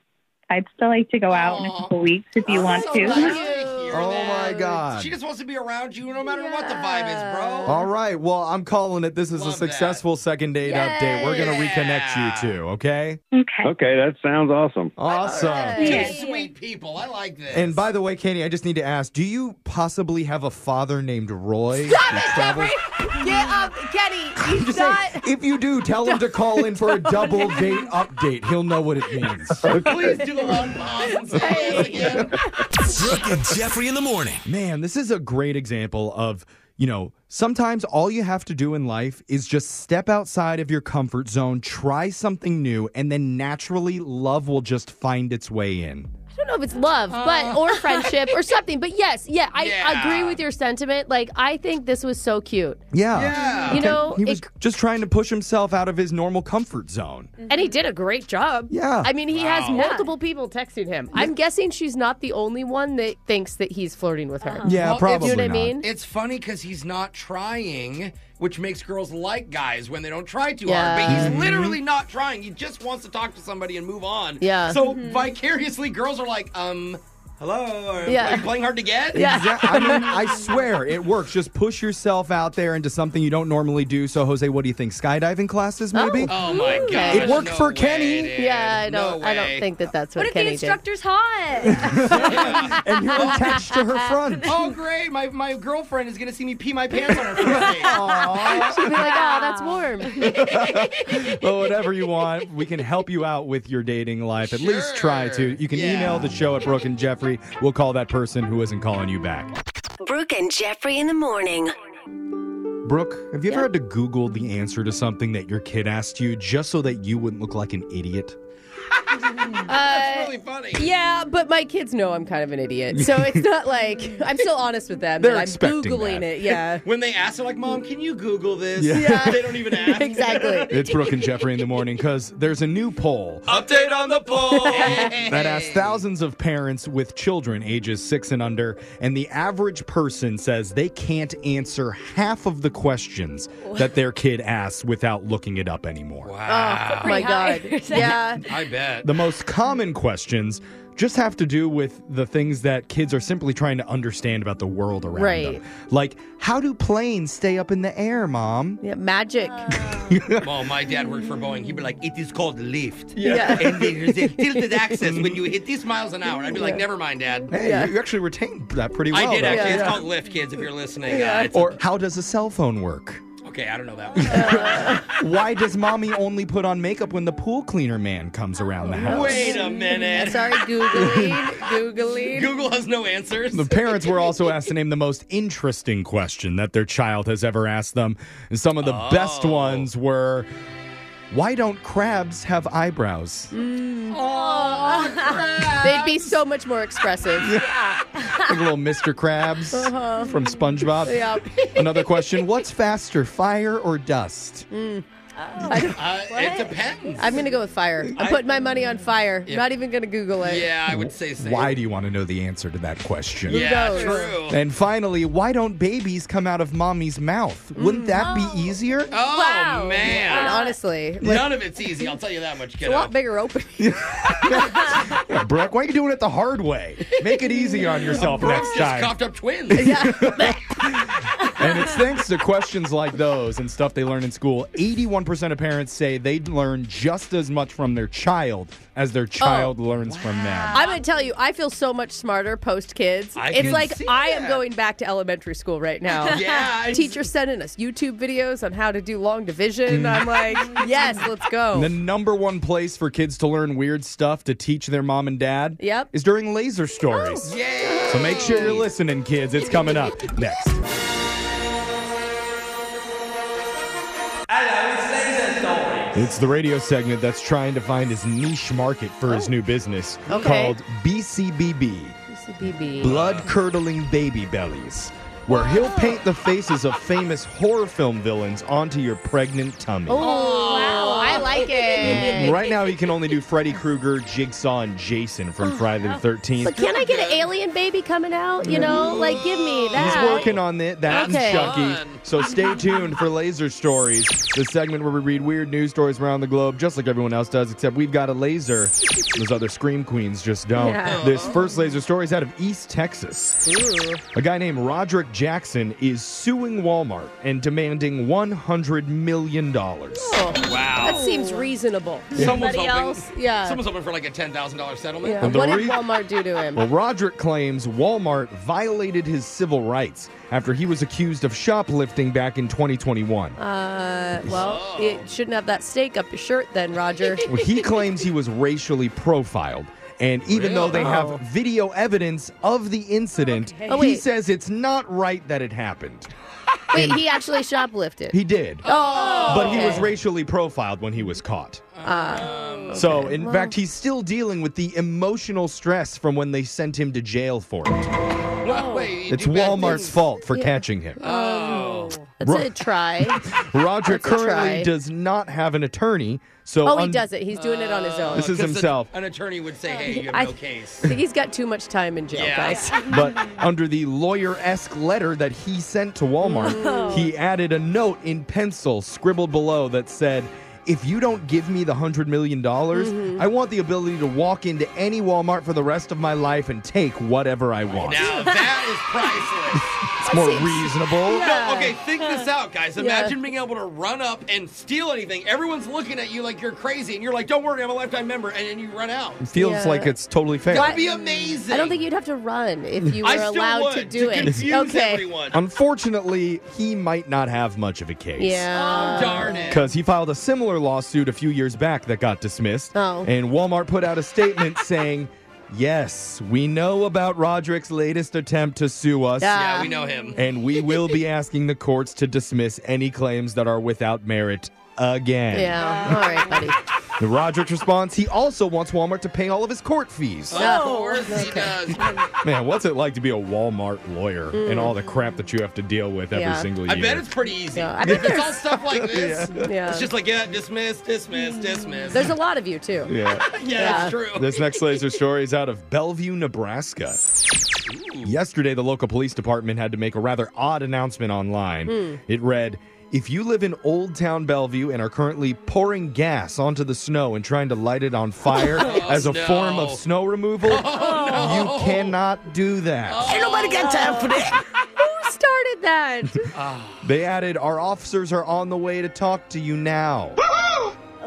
[SPEAKER 15] I'd still like to go out in a couple weeks if you want to.
[SPEAKER 3] here.
[SPEAKER 18] Oh
[SPEAKER 3] and there.
[SPEAKER 18] my God.
[SPEAKER 3] She just wants to be around you no matter what the vibe is, bro.
[SPEAKER 18] All right. Well, I'm calling it. This is a successful second date update. We're going to reconnect you two, okay?
[SPEAKER 15] Okay.
[SPEAKER 17] Okay, that sounds awesome.
[SPEAKER 18] Awesome.
[SPEAKER 3] Two sweet people. I like this.
[SPEAKER 18] And by the way, Katie, I just need to ask do you possibly have a father named Roy?
[SPEAKER 2] Stop
[SPEAKER 18] who
[SPEAKER 2] it,
[SPEAKER 18] travels-
[SPEAKER 2] Jeffrey! Get up, Kenny.
[SPEAKER 18] I'm
[SPEAKER 2] He's
[SPEAKER 18] just
[SPEAKER 2] not.
[SPEAKER 18] saying, if you do, tell him to call in for a double date update. He'll know what it means.
[SPEAKER 3] Please do the long pause and say this again.
[SPEAKER 9] Brooke and Jeffrey in the morning.
[SPEAKER 4] Man, this is a great example of, you know,
[SPEAKER 18] Sometimes all you have to do in life is just step outside of your comfort zone, try something new, and then naturally love will just find its way in.
[SPEAKER 2] I don't know if it's love, but or friendship or something. But yes, yeah, I
[SPEAKER 18] Yeah.
[SPEAKER 2] agree with your sentiment. Like I think this was so cute.
[SPEAKER 18] Yeah.
[SPEAKER 2] You know,
[SPEAKER 18] he
[SPEAKER 2] it-
[SPEAKER 18] was just trying to push himself out of his normal comfort zone.
[SPEAKER 2] and he did a great job.
[SPEAKER 18] Yeah.
[SPEAKER 2] I mean, he has
[SPEAKER 18] Wow.
[SPEAKER 2] multiple people texting him. I'm guessing she's not the only one that thinks that he's flirting with her.
[SPEAKER 3] Uh-huh.
[SPEAKER 18] Yeah,
[SPEAKER 2] You know what I mean?
[SPEAKER 3] It's funny because he's not trying, which makes girls like guys when they don't try too
[SPEAKER 2] Yeah.
[SPEAKER 3] hard. But he's
[SPEAKER 2] Mhm.
[SPEAKER 3] literally not trying. He just wants to talk to somebody and move on.
[SPEAKER 2] Yeah.
[SPEAKER 3] So
[SPEAKER 2] Mhm.
[SPEAKER 3] vicariously, girls are like, um, hello, are
[SPEAKER 2] Yeah.
[SPEAKER 3] are you playing hard to get?
[SPEAKER 18] Exact- I mean, I swear it works. Just push yourself out there into something you don't normally do. So, Jose, what do you think? Skydiving classes, maybe?
[SPEAKER 3] Oh, my gosh.
[SPEAKER 18] It worked
[SPEAKER 3] no
[SPEAKER 18] for
[SPEAKER 3] way,
[SPEAKER 18] Kenny.
[SPEAKER 3] dude.
[SPEAKER 2] Yeah, I
[SPEAKER 3] No
[SPEAKER 2] don't. I
[SPEAKER 3] way.
[SPEAKER 2] don't think that that's what,
[SPEAKER 1] What if the
[SPEAKER 2] Kenny did.
[SPEAKER 1] instructor's hot?
[SPEAKER 18] and you're attached to her front.
[SPEAKER 3] Oh, great. My, my girlfriend is going to see me pee my pants on her first date.
[SPEAKER 2] She'd be like, "Oh, that's warm."
[SPEAKER 18] but whatever you want, we can help you out with your dating life. At least try to. You can email the show at Brooke and Jeffrey. We'll call that person who isn't calling you back.
[SPEAKER 8] Brooke and Jeffrey in the morning.
[SPEAKER 4] Brooke, have you ever had to Google the answer to something that your kid asked you just so that you wouldn't look like an idiot?
[SPEAKER 2] That's
[SPEAKER 3] really funny.
[SPEAKER 2] Uh, Yeah, but my kids know I'm kind of an idiot, so it's not like I'm still honest with them.
[SPEAKER 4] They're
[SPEAKER 2] that I'm
[SPEAKER 4] expecting
[SPEAKER 2] googling
[SPEAKER 4] that.
[SPEAKER 2] it. Yeah.
[SPEAKER 3] when they ask, they're like, Mom, can you Google this?
[SPEAKER 4] Yeah. Yeah.
[SPEAKER 3] They don't even ask.
[SPEAKER 2] Exactly.
[SPEAKER 4] It's Brooke and Jeffrey in the morning because there's a new poll
[SPEAKER 3] Update on the poll.
[SPEAKER 4] that asks thousands of parents with children ages six and under, and the average person says they can't answer half of the questions that their kid asks without looking it up anymore.
[SPEAKER 2] Oh my god. Yeah.
[SPEAKER 3] I bet.
[SPEAKER 4] The most common questions just have to do with the things that kids are simply trying to understand about the world around
[SPEAKER 2] Right.
[SPEAKER 4] them. Like, how do planes stay up in the air, mom?
[SPEAKER 2] Yeah, magic.
[SPEAKER 3] Well, my dad worked for Boeing. He'd be like, it is called lift.
[SPEAKER 4] Yeah. Yeah.
[SPEAKER 3] And there's a tilted axis when you hit these miles an hour. I'd be like, never mind, Dad.
[SPEAKER 4] Hey, you actually retained that pretty well.
[SPEAKER 3] I did
[SPEAKER 4] though.
[SPEAKER 3] actually. It's called lift, kids, if you're listening. Uh, it's-
[SPEAKER 4] Or how does a cell phone work?
[SPEAKER 3] okay, I don't know that one.
[SPEAKER 4] Why does mommy only put on makeup when the pool cleaner man comes around the house?
[SPEAKER 3] Wait a minute.
[SPEAKER 2] Sorry, Googling. Googling.
[SPEAKER 3] Google has no answers.
[SPEAKER 4] The parents were also asked to name the most interesting question that their child has ever asked them. And some of the best
[SPEAKER 3] Oh.
[SPEAKER 4] ones were why don't crabs have eyebrows?
[SPEAKER 2] They'd be so much more expressive.
[SPEAKER 4] Like little Mr. Krabs
[SPEAKER 2] Uh-huh.
[SPEAKER 4] from SpongeBob.
[SPEAKER 2] Yep.
[SPEAKER 4] Another question What's faster, fire or dust?
[SPEAKER 2] Mm.
[SPEAKER 3] I don't- Uh, it depends.
[SPEAKER 2] I'm gonna go with fire. I'm
[SPEAKER 3] I-
[SPEAKER 2] putting my money on fire.
[SPEAKER 4] Yeah.
[SPEAKER 2] Not even gonna Google it.
[SPEAKER 3] Yeah, I would say so.
[SPEAKER 4] Why do you want to know the answer to that question?
[SPEAKER 3] Who Yeah, knows? true.
[SPEAKER 4] And finally, why don't babies come out of mommy's mouth? Wouldn't that be easier?
[SPEAKER 3] Mm. Oh, man.
[SPEAKER 2] And honestly, like,
[SPEAKER 3] None of it's easy. I'll tell you that much,
[SPEAKER 2] it's a
[SPEAKER 3] kiddo.
[SPEAKER 2] lot bigger open.
[SPEAKER 4] Yeah, Brooke, why are you doing it the hard way? Make it easy on yourself
[SPEAKER 3] Brooke
[SPEAKER 4] next
[SPEAKER 3] just
[SPEAKER 4] time.
[SPEAKER 3] coughed up twins.
[SPEAKER 4] and it's thanks to questions like those and stuff they learn in school. 81% of parents say they learn just as much from their child as
[SPEAKER 3] Oh.
[SPEAKER 4] their child learns from them.
[SPEAKER 2] I'm gonna tell you, I feel so much smarter post kids.
[SPEAKER 4] I
[SPEAKER 2] It's
[SPEAKER 4] can
[SPEAKER 2] like
[SPEAKER 4] see
[SPEAKER 2] I am
[SPEAKER 4] that.
[SPEAKER 2] going back to elementary school right now.
[SPEAKER 4] Yeah, it's-
[SPEAKER 2] teachers sending us YouTube videos on how to do long division.
[SPEAKER 4] Mm.
[SPEAKER 2] I'm like, yes, let's go.
[SPEAKER 4] The number one place for kids to learn weird stuff to teach their mom and dad
[SPEAKER 2] Yep. Oh.
[SPEAKER 4] is during laser stories. So make sure you're listening, kids. It's coming up next. It's the radio segment that's trying to find his niche market for his new business
[SPEAKER 2] Oh. Okay.
[SPEAKER 4] called BCBB,
[SPEAKER 2] CCBB.
[SPEAKER 4] Blood Curdling Baby Bellies, where
[SPEAKER 2] Oh.
[SPEAKER 4] he'll paint the faces of famous horror film villains onto your pregnant tummy.
[SPEAKER 2] Oh, wow. I like it.
[SPEAKER 4] Right now, he can only do Freddy Krueger, Jigsaw, and Jason
[SPEAKER 2] Oh,
[SPEAKER 4] from Friday the 13th.
[SPEAKER 2] But can I get an alien baby coming out? You know, like give me that.
[SPEAKER 4] He's working on it. That's
[SPEAKER 2] Okay.
[SPEAKER 4] Chucky. So stay tuned for Laser Stories, the segment where we read weird news stories around the globe, just like everyone else does, except we've got a laser. Those other Scream Queens just don't.
[SPEAKER 19] Yeah.
[SPEAKER 4] This first laser story is out of East Texas. A guy named Roderick Jackson is suing Walmart and demanding $100 million.
[SPEAKER 2] That seems reasonable.
[SPEAKER 4] Yeah.
[SPEAKER 3] Someone's
[SPEAKER 2] Somebody
[SPEAKER 3] hoping-
[SPEAKER 2] else, yeah.
[SPEAKER 3] Someone's hoping for like a ten thousand dollar settlement.
[SPEAKER 2] yeah.
[SPEAKER 4] The
[SPEAKER 2] What did
[SPEAKER 4] re-
[SPEAKER 2] Walmart do to him?
[SPEAKER 4] Well, Roderick claims Walmart violated his civil rights after he was accused of shoplifting back in 2021.
[SPEAKER 2] Uh, well, you shouldn't have that steak up your shirt then, Roger.
[SPEAKER 4] Well, he claims he was racially profiled. And even though they
[SPEAKER 2] Really? Oh.
[SPEAKER 4] have video evidence of the incident,
[SPEAKER 2] Okay. Oh,
[SPEAKER 4] he
[SPEAKER 2] wait.
[SPEAKER 4] says it's not right that it happened.
[SPEAKER 2] Wait, he actually shoplifted.
[SPEAKER 4] He did.
[SPEAKER 2] Oh,
[SPEAKER 4] But he
[SPEAKER 2] okay.
[SPEAKER 4] was racially profiled when he was caught.
[SPEAKER 2] Ah.
[SPEAKER 4] Um, So, in fact, he's still dealing with the emotional stress from when they sent him to jail for it.
[SPEAKER 3] No, wait, you
[SPEAKER 4] It's
[SPEAKER 3] do bad
[SPEAKER 4] Walmart's
[SPEAKER 3] things.
[SPEAKER 4] fault for catching him.
[SPEAKER 2] Oh, that's
[SPEAKER 4] Ro-
[SPEAKER 2] a try.
[SPEAKER 4] Roger
[SPEAKER 2] That's a
[SPEAKER 4] currently
[SPEAKER 2] try.
[SPEAKER 4] does not have an attorney. So
[SPEAKER 2] oh, he
[SPEAKER 4] un-
[SPEAKER 2] does it. He's doing it on his own.
[SPEAKER 4] This is
[SPEAKER 3] Uh, 'Cause the-
[SPEAKER 4] himself.
[SPEAKER 3] an attorney would say, Oh. "Hey, you have
[SPEAKER 2] I-
[SPEAKER 3] no case."
[SPEAKER 2] I think he's got too much time in jail, guys.
[SPEAKER 4] But under the lawyer esque letter that he sent to Walmart,
[SPEAKER 2] No.
[SPEAKER 4] he added a note in pencil scribbled below that said, if you don't give me the $100 million,
[SPEAKER 2] Mm-hmm.
[SPEAKER 4] I want the ability to walk into any Walmart for the rest of my life and take whatever I want.
[SPEAKER 3] Now Uh, that is priceless.
[SPEAKER 4] it's more reasonable.
[SPEAKER 3] No, okay, think this out, guys.
[SPEAKER 4] Yeah.
[SPEAKER 3] Imagine being able to run up and steal anything. Everyone's looking at you like you're crazy, and you're like, "Don't worry, I'm a lifetime member," and then you run out.
[SPEAKER 4] It feels
[SPEAKER 2] Yeah.
[SPEAKER 4] like it's totally fair.
[SPEAKER 3] That would be amazing.
[SPEAKER 2] I don't think you'd have to run if you were
[SPEAKER 3] I still
[SPEAKER 2] allowed to
[SPEAKER 3] would,
[SPEAKER 2] do
[SPEAKER 3] to
[SPEAKER 2] it.
[SPEAKER 3] confuse
[SPEAKER 2] okay.
[SPEAKER 4] Unfortunately, he might not have much of a case.
[SPEAKER 2] Yeah.
[SPEAKER 3] Oh, darn it.
[SPEAKER 4] Because he filed a similar lawsuit a few years back that got dismissed.
[SPEAKER 2] Oh.
[SPEAKER 4] And Walmart put out a statement saying, Yes, we know about Roderick's latest attempt to sue us.
[SPEAKER 3] Yeah, Yeah, we know him.
[SPEAKER 4] And we will be asking the courts to dismiss any claims that are without merit again.
[SPEAKER 2] Yeah. All right, buddy.
[SPEAKER 3] Oh.
[SPEAKER 4] The Roderick's response he also wants Walmart to pay all of his court fees.
[SPEAKER 3] Of course he does.
[SPEAKER 4] Man, what's it like to be a Walmart lawyer
[SPEAKER 3] Mm.
[SPEAKER 4] and all the crap that you have to deal with every
[SPEAKER 3] Yeah.
[SPEAKER 4] single
[SPEAKER 3] I
[SPEAKER 4] year?
[SPEAKER 3] bet it's pretty easy.
[SPEAKER 2] Yeah, I bet
[SPEAKER 3] if it's all
[SPEAKER 2] there's-
[SPEAKER 3] stuff like this,
[SPEAKER 4] Yeah.
[SPEAKER 2] Yeah.
[SPEAKER 3] it's just like, yeah, dismiss, dismiss, dismiss.
[SPEAKER 2] There's a lot of you too.
[SPEAKER 4] Yeah.
[SPEAKER 3] yeah, that's true.
[SPEAKER 4] This next laser story is out of Bellevue, Nebraska. Yesterday, the local police department had to make a rather odd announcement online.
[SPEAKER 19] Hmm.
[SPEAKER 4] It read If you live in Old Town Bellevue and are currently pouring gas onto the snow and trying to light it on fire
[SPEAKER 19] Oh,
[SPEAKER 4] as a
[SPEAKER 19] no.
[SPEAKER 4] form of snow removal,
[SPEAKER 19] Oh, no.
[SPEAKER 4] you cannot do that.
[SPEAKER 19] Ain't nobody got time for that.
[SPEAKER 3] Oh.
[SPEAKER 2] Who started that?
[SPEAKER 19] Ah.
[SPEAKER 4] They added, Our officers are on the way to talk to you now.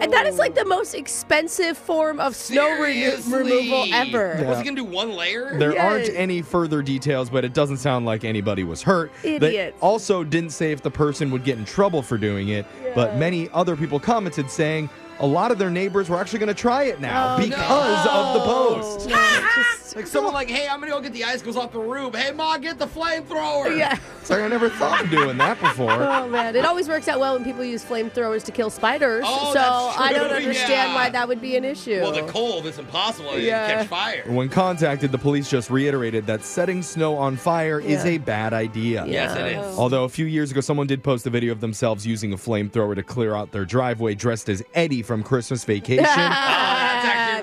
[SPEAKER 2] And that is like the most expensive form of snow re- removal ever.
[SPEAKER 4] Yeah. Was he gonna
[SPEAKER 3] do one layer?
[SPEAKER 4] There aren't any further details, but it doesn't sound like anybody was hurt. They
[SPEAKER 2] Idiots.
[SPEAKER 4] also didn't say if the person would get in trouble for doing it, but many other people commented saying a lot of their neighbors were actually going to try it
[SPEAKER 2] Oh,
[SPEAKER 4] now because of the post.
[SPEAKER 3] like someone like, hey, I'm gonna go get the icicles off the roof. Hey, ma, get the flamethrower.
[SPEAKER 2] Yeah.
[SPEAKER 4] It's like I never thought of doing that before.
[SPEAKER 2] Oh man, it always works out well when people use flamethrowers to kill spiders.
[SPEAKER 3] Oh,
[SPEAKER 2] so
[SPEAKER 3] that's
[SPEAKER 2] I don't
[SPEAKER 3] true,
[SPEAKER 2] understand
[SPEAKER 3] yeah.
[SPEAKER 2] why that would be an issue.
[SPEAKER 3] Well, the cold is impossible. It
[SPEAKER 2] Yeah.
[SPEAKER 3] can Oh, catch fire.
[SPEAKER 4] When contacted, the police just reiterated that setting snow on fire is
[SPEAKER 3] Yeah.
[SPEAKER 4] a bad idea.
[SPEAKER 3] Yes, it
[SPEAKER 2] Oh.
[SPEAKER 3] is.
[SPEAKER 4] Although a few years ago, someone did post a video of themselves using a flamethrower to clear out their driveway dressed as Eddie from
[SPEAKER 3] Ah,
[SPEAKER 4] Christmas Vacation.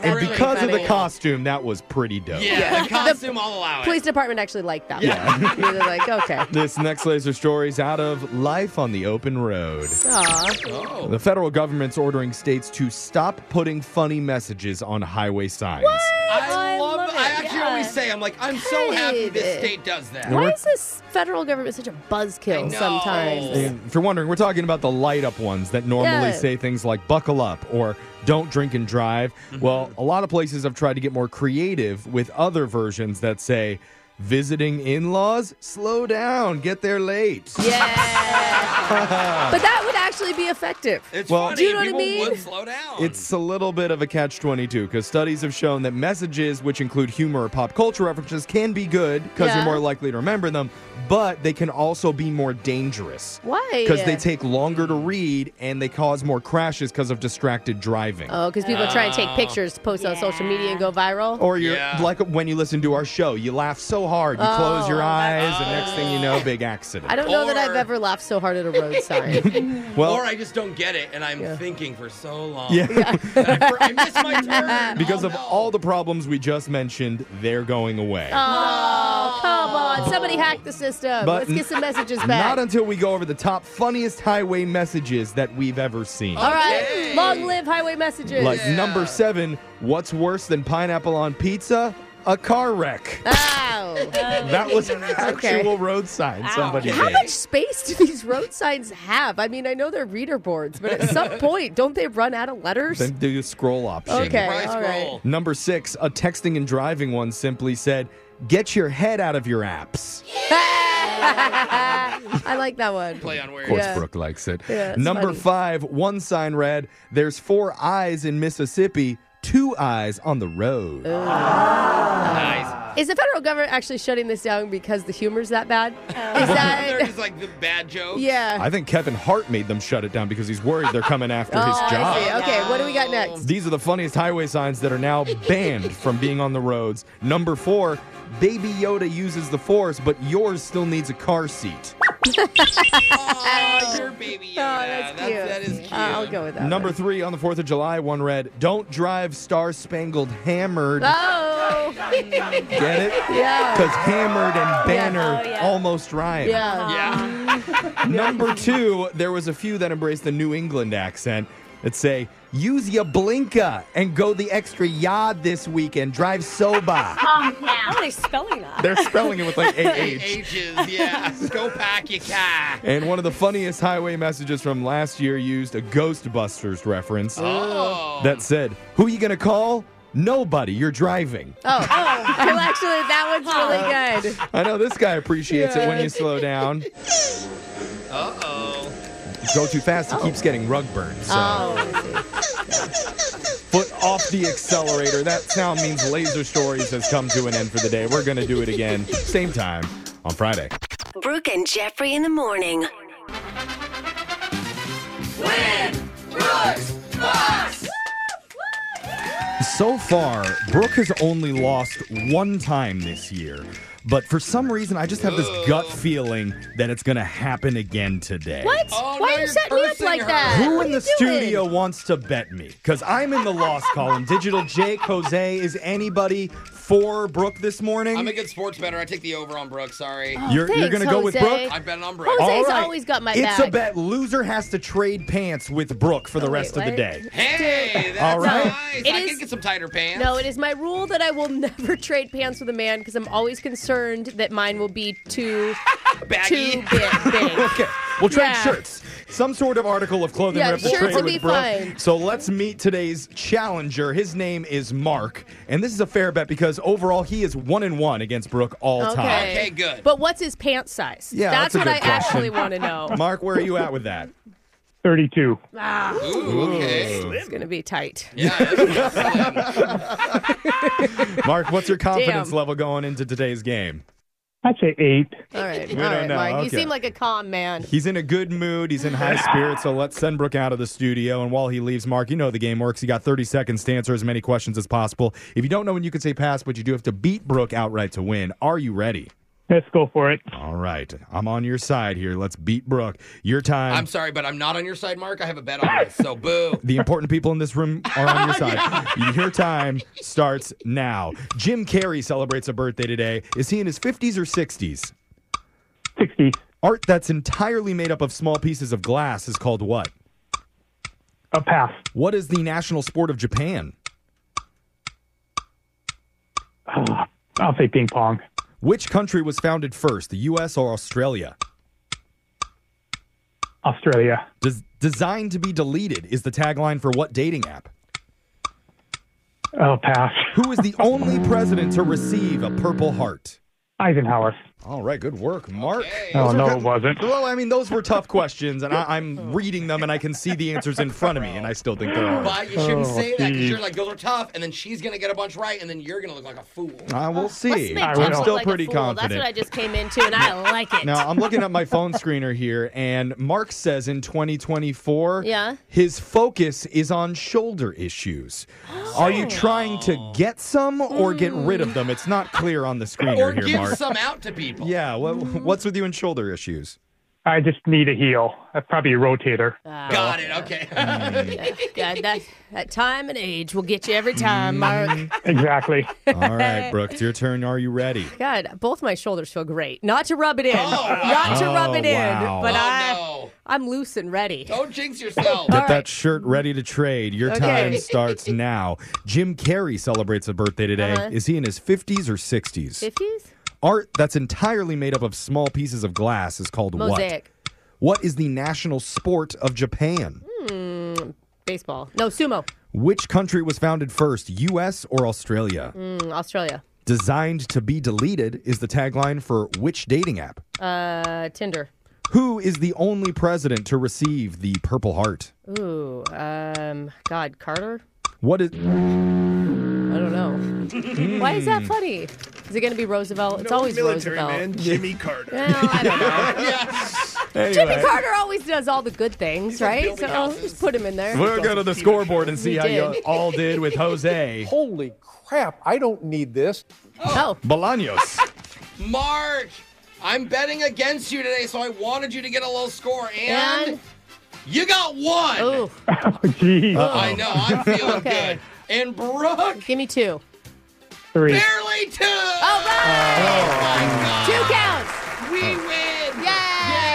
[SPEAKER 4] and
[SPEAKER 2] really
[SPEAKER 4] because of
[SPEAKER 2] funny.
[SPEAKER 4] the costume, that was pretty dope.
[SPEAKER 2] Yeah.
[SPEAKER 3] The costume, I'll allow it.
[SPEAKER 2] Police department actually liked that.
[SPEAKER 4] Yeah.
[SPEAKER 2] one. They were like, okay.
[SPEAKER 4] This next laser story is out of Life on the Open Road.
[SPEAKER 3] Oh.
[SPEAKER 2] Aw.
[SPEAKER 4] The federal government's ordering states to stop putting funny messages on highway signs.
[SPEAKER 3] I, love, I actually always say, I'm like, I'm so happy
[SPEAKER 2] Hated
[SPEAKER 3] this
[SPEAKER 2] it.
[SPEAKER 3] state does that.
[SPEAKER 2] Why is this federal government such a buzzkill sometimes?
[SPEAKER 4] And if you're wondering, we're talking about the light up ones that normally
[SPEAKER 2] Yeah.
[SPEAKER 4] say things like buckle up or don't drink and drive. Well, a lot of places have tried to get more creative with other versions that say visiting in laws, slow down, get there late. Yeah.
[SPEAKER 2] But that would actually be effective.
[SPEAKER 3] It's
[SPEAKER 4] Well-
[SPEAKER 2] Do you know
[SPEAKER 4] funny,
[SPEAKER 2] what I mean?
[SPEAKER 3] Would slow down.
[SPEAKER 4] It's a little bit of a catch 22 because studies have shown that messages, which include humor or pop culture references, can be good because
[SPEAKER 2] Yeah.
[SPEAKER 4] you're more likely to remember them, but they can also be more dangerous.
[SPEAKER 2] Why?
[SPEAKER 4] Because they take longer to read and they cause more crashes because of distracted driving.
[SPEAKER 2] Oh, because people try and take
[SPEAKER 4] Oh.
[SPEAKER 2] pictures, post on social media, and go viral.
[SPEAKER 4] Or you're like when you listen to our show, you laugh so hard, you close
[SPEAKER 2] Oh,
[SPEAKER 4] your eyes,
[SPEAKER 2] that's-
[SPEAKER 4] and next thing you know, big accident.
[SPEAKER 2] I don't know that I've ever laughed so hard at a road sign.
[SPEAKER 4] Well-
[SPEAKER 3] or I just don't get it, and I'm thinking for so long.
[SPEAKER 4] Yeah.
[SPEAKER 3] I, I missed my turn.
[SPEAKER 4] Because of all the problems we just mentioned, they're going away.
[SPEAKER 2] Oh, come on. Somebody hack the system.
[SPEAKER 4] But
[SPEAKER 2] Let's get some messages back.
[SPEAKER 4] Not until we go over the top funniest highway messages that we've ever seen.
[SPEAKER 2] All right. Long live highway messages.
[SPEAKER 4] Like number seven, what's worse than pineapple on pizza? A car wreck.
[SPEAKER 2] Ow.
[SPEAKER 4] That was an actual road sign somebody
[SPEAKER 2] Oh. How
[SPEAKER 4] did.
[SPEAKER 2] much space do these road signs have? I mean, I know they're reader boards, but at some point, don't they run out of letters?
[SPEAKER 4] Then do the scroll option.
[SPEAKER 2] Okay, all right.
[SPEAKER 4] Number six, a texting and driving one simply said, "Get your head out of your apps."
[SPEAKER 2] I like that one.
[SPEAKER 3] Play on
[SPEAKER 4] Of course,
[SPEAKER 2] Yeah.
[SPEAKER 4] Brooke likes it.
[SPEAKER 2] Yeah, it's
[SPEAKER 4] Number
[SPEAKER 2] funny.
[SPEAKER 4] five, one sign read, "There's four eyes in Mississippi, two eyes on the road." Nice.
[SPEAKER 2] Is the federal government actually shutting this down because the humor's that bad? Is
[SPEAKER 3] Oh. They're
[SPEAKER 2] that
[SPEAKER 3] just like the bad jokes.
[SPEAKER 2] yeah?
[SPEAKER 4] I think Kevin Hart made them shut it down because he's worried they're coming after
[SPEAKER 2] oh,
[SPEAKER 4] his job.
[SPEAKER 2] I see. Okay, what do we got next?
[SPEAKER 4] These are the funniest highway signs that are now banned from being on the roads. Number four, Baby Yoda uses the Force, but yours still needs a car seat.
[SPEAKER 3] Oh, your baby Yoda. that's
[SPEAKER 2] cute.
[SPEAKER 3] that is cute.
[SPEAKER 2] I'll go with that.
[SPEAKER 4] Number three, on the 4th of July, one read, Don't drive star spangled hammered.
[SPEAKER 2] Oh,
[SPEAKER 4] Get it?
[SPEAKER 2] Yeah.
[SPEAKER 4] Because hammered and banner
[SPEAKER 2] Oh, yeah.
[SPEAKER 4] almost rhyme.
[SPEAKER 2] Yeah.
[SPEAKER 4] Number two, there was a few that embraced the New England accent that say, Use your blinker and go the extra yard this weekend. Drive sober.
[SPEAKER 1] Oh, yeah. How are they spelling that?
[SPEAKER 4] They're spelling it with like AH.
[SPEAKER 3] Ages, yeah. Go pack your car.
[SPEAKER 4] And one of the funniest highway messages from last year used a Ghostbusters reference
[SPEAKER 3] Oh.
[SPEAKER 4] that said, Who you gonna call? Nobody, you're driving.
[SPEAKER 2] Oh, oh, actually, that one's really good.
[SPEAKER 4] I know this guy appreciates it when you slow down.
[SPEAKER 3] Uh oh.
[SPEAKER 4] Go too fast, he keeps getting rug burn. So
[SPEAKER 2] Oh,
[SPEAKER 4] foot off the accelerator. That sound means Laser Stories has come to an end for the day. We're gonna do it again, same time on Friday.
[SPEAKER 8] Brooke and Jeffrey in the morning.
[SPEAKER 4] So far, Brooke has only lost one time this year. But for some reason, I just have this gut feeling that it's going to happen again today.
[SPEAKER 2] what? Why are you Oh, setting me up like that?
[SPEAKER 4] Who
[SPEAKER 2] What
[SPEAKER 4] in
[SPEAKER 2] are
[SPEAKER 4] the
[SPEAKER 2] you doing?
[SPEAKER 4] studio wants to bet me? Because I'm in the loss column. Digital Jake, Jose, is anybody for Brooke this morning?
[SPEAKER 3] I'm a good sports better. I take the over on Brooke. Sorry.
[SPEAKER 4] Oh, you're you're going to go with Brooke?
[SPEAKER 3] I bet on Brooke.
[SPEAKER 2] Jose's always got my
[SPEAKER 4] it's
[SPEAKER 2] back.
[SPEAKER 4] a bet. Loser has to trade pants with Brooke for the rest of the day.
[SPEAKER 3] Hey, that's
[SPEAKER 4] All right.
[SPEAKER 3] nice. I can get some tighter pants.
[SPEAKER 2] No, it is my rule that I will never trade pants with a man because I'm always concerned that mine will be too
[SPEAKER 3] Baggy.
[SPEAKER 2] too big. big.
[SPEAKER 4] Okay, we'll trade
[SPEAKER 2] Yeah.
[SPEAKER 4] shirts. Some sort of article of clothing.
[SPEAKER 2] Yeah,
[SPEAKER 4] we have to
[SPEAKER 2] shirts
[SPEAKER 4] trade
[SPEAKER 2] will
[SPEAKER 4] with
[SPEAKER 2] be
[SPEAKER 4] Brooke.
[SPEAKER 2] fine.
[SPEAKER 4] So let's meet today's challenger. His name is Mark, and this is a fair bet because overall he is one and one against Brooke all time.
[SPEAKER 3] Okay, good.
[SPEAKER 2] But what's his pants size?
[SPEAKER 4] Yeah,
[SPEAKER 2] that's,
[SPEAKER 4] that's a
[SPEAKER 2] what
[SPEAKER 4] good
[SPEAKER 2] I
[SPEAKER 4] question.
[SPEAKER 2] actually want to know.
[SPEAKER 4] Mark, where are you at with that?
[SPEAKER 20] 32.
[SPEAKER 2] Ah,
[SPEAKER 3] Ooh, okay.
[SPEAKER 2] it's gonna be tight.
[SPEAKER 4] Mark, what's your confidence
[SPEAKER 2] Damn.
[SPEAKER 4] level going into today's game?
[SPEAKER 20] I'd say eight.
[SPEAKER 2] All right,
[SPEAKER 4] We
[SPEAKER 2] all
[SPEAKER 4] don't
[SPEAKER 2] right,
[SPEAKER 4] know,
[SPEAKER 2] Mike. You
[SPEAKER 4] okay.
[SPEAKER 2] seem like a calm man.
[SPEAKER 4] He's in a good mood. He's in high spirits. So let's send Brooke out of the studio. And while he leaves, Mark, you know the game works. You got 30 seconds to answer as many questions as possible. If you don't know when you can say pass, but you do have to beat Brooke outright to win. Are you ready?
[SPEAKER 20] Let's go for it.
[SPEAKER 4] All right. I'm on your side here. Let's beat Brooke. Your time.
[SPEAKER 3] I'm sorry, but I'm not on your side, Mark. I have a bet on this, so boo.
[SPEAKER 4] the important people in this room are on your side. Your time starts now. Jim Carrey celebrates a birthday today. Is he in his 50s or 60s?
[SPEAKER 20] 60.
[SPEAKER 4] Art that's entirely made up of small pieces of glass is called what?
[SPEAKER 20] A pass.
[SPEAKER 4] What is the national sport of Japan?
[SPEAKER 20] Ugh, I'll say ping pong.
[SPEAKER 4] Which country was founded first, the US or Australia?
[SPEAKER 20] Australia.
[SPEAKER 4] Des- designed to be deleted is the tagline for what dating app?
[SPEAKER 20] Oh, pass.
[SPEAKER 4] Who is the only president to receive a Purple Heart?
[SPEAKER 20] Eisenhower.
[SPEAKER 4] All right, good work, Mark.
[SPEAKER 20] Oh,
[SPEAKER 4] Those were
[SPEAKER 20] no,
[SPEAKER 4] good-
[SPEAKER 20] it wasn't.
[SPEAKER 4] Well, I mean, those were tough questions, and I, I'm reading them, and I can see the answers in front of me, and I still think they're hard.
[SPEAKER 3] But you shouldn't
[SPEAKER 20] Oh,
[SPEAKER 3] say that because
[SPEAKER 20] geez.
[SPEAKER 3] you're like, those are tough, and then she's going to get a bunch right, and then you're going to look like a fool.
[SPEAKER 4] Uh, we'll see.
[SPEAKER 2] Make Jeff
[SPEAKER 4] I'm
[SPEAKER 2] look
[SPEAKER 4] still
[SPEAKER 2] like a
[SPEAKER 4] pretty
[SPEAKER 2] fool.
[SPEAKER 4] confident.
[SPEAKER 2] That's what I just came into, and I like it.
[SPEAKER 4] Now, I'm looking at my phone screener here, and Mark says in 2024,
[SPEAKER 2] Yeah.
[SPEAKER 4] his focus is on shoulder issues. Are
[SPEAKER 2] Oh.
[SPEAKER 4] you trying to get some or get
[SPEAKER 2] Hmm.
[SPEAKER 4] rid of them? It's not clear on the screener
[SPEAKER 3] Or
[SPEAKER 4] here,
[SPEAKER 3] give
[SPEAKER 4] Mark.
[SPEAKER 3] some out to people. Hmm.
[SPEAKER 4] Yeah, wha- what's with you and shoulder issues?
[SPEAKER 6] I just need a heel. That's probably a rotator.
[SPEAKER 3] Got it. Okay.
[SPEAKER 2] yeah, yeah, Mm. that, that time and age will get you every
[SPEAKER 3] Mm.
[SPEAKER 2] time, Mark.
[SPEAKER 6] Exactly.
[SPEAKER 4] All right, Brooke, it's your turn. Are you ready?
[SPEAKER 2] God, both my shoulders feel great. Not to rub it
[SPEAKER 3] Oh,
[SPEAKER 2] in, not to rub it in,
[SPEAKER 4] Oh, wow.
[SPEAKER 2] but
[SPEAKER 4] Oh,
[SPEAKER 2] I, I'm loose and ready.
[SPEAKER 3] Don't jinx yourself.
[SPEAKER 4] Get that shirt ready to trade. Your
[SPEAKER 2] Okay.
[SPEAKER 4] time starts now. Jim Carrey celebrates a birthday today.
[SPEAKER 2] Uh-huh.
[SPEAKER 4] Is he in his 50s or 60s?
[SPEAKER 2] Fifties
[SPEAKER 4] Art that's entirely made up of small pieces of glass is called
[SPEAKER 2] mosaic.
[SPEAKER 4] what? What is the national sport of Japan?
[SPEAKER 2] Mm, baseball. No sumo.
[SPEAKER 4] Which country was founded first, US or Australia?
[SPEAKER 2] Mm, Australia.
[SPEAKER 4] Designed to be deleted is the tagline for which dating app?
[SPEAKER 2] Uh, Tinder.
[SPEAKER 4] Who is the only president to receive the Purple Heart?
[SPEAKER 2] Ooh. Um. God, Carter.
[SPEAKER 4] What is.
[SPEAKER 2] I don't
[SPEAKER 6] Oh.
[SPEAKER 4] Hmm.
[SPEAKER 2] know. Why is that funny? Is it going to be Roosevelt? it's always
[SPEAKER 21] military
[SPEAKER 2] Roosevelt.
[SPEAKER 21] man, Jimmy Carter.
[SPEAKER 2] Well, I don't know. Jimmy Carter always does all the good things, right? So just put him in there.
[SPEAKER 4] We'll go to the scoreboard and see
[SPEAKER 2] We
[SPEAKER 4] how you
[SPEAKER 2] did.
[SPEAKER 4] all did with Jose.
[SPEAKER 22] Holy crap, I don't need this.
[SPEAKER 2] Oh.
[SPEAKER 4] Bolaños.
[SPEAKER 3] Mark, I'm betting against you today, so I wanted you to get a low score, and, you got one.
[SPEAKER 6] Oh, Jeez.
[SPEAKER 3] I know. I'm feeling good. And Brooke.
[SPEAKER 2] Give me two.
[SPEAKER 6] Three.
[SPEAKER 3] Barely two. All
[SPEAKER 2] Oh,
[SPEAKER 4] Uh,
[SPEAKER 2] right.
[SPEAKER 3] Oh, my God.
[SPEAKER 2] Two counts.
[SPEAKER 3] We win.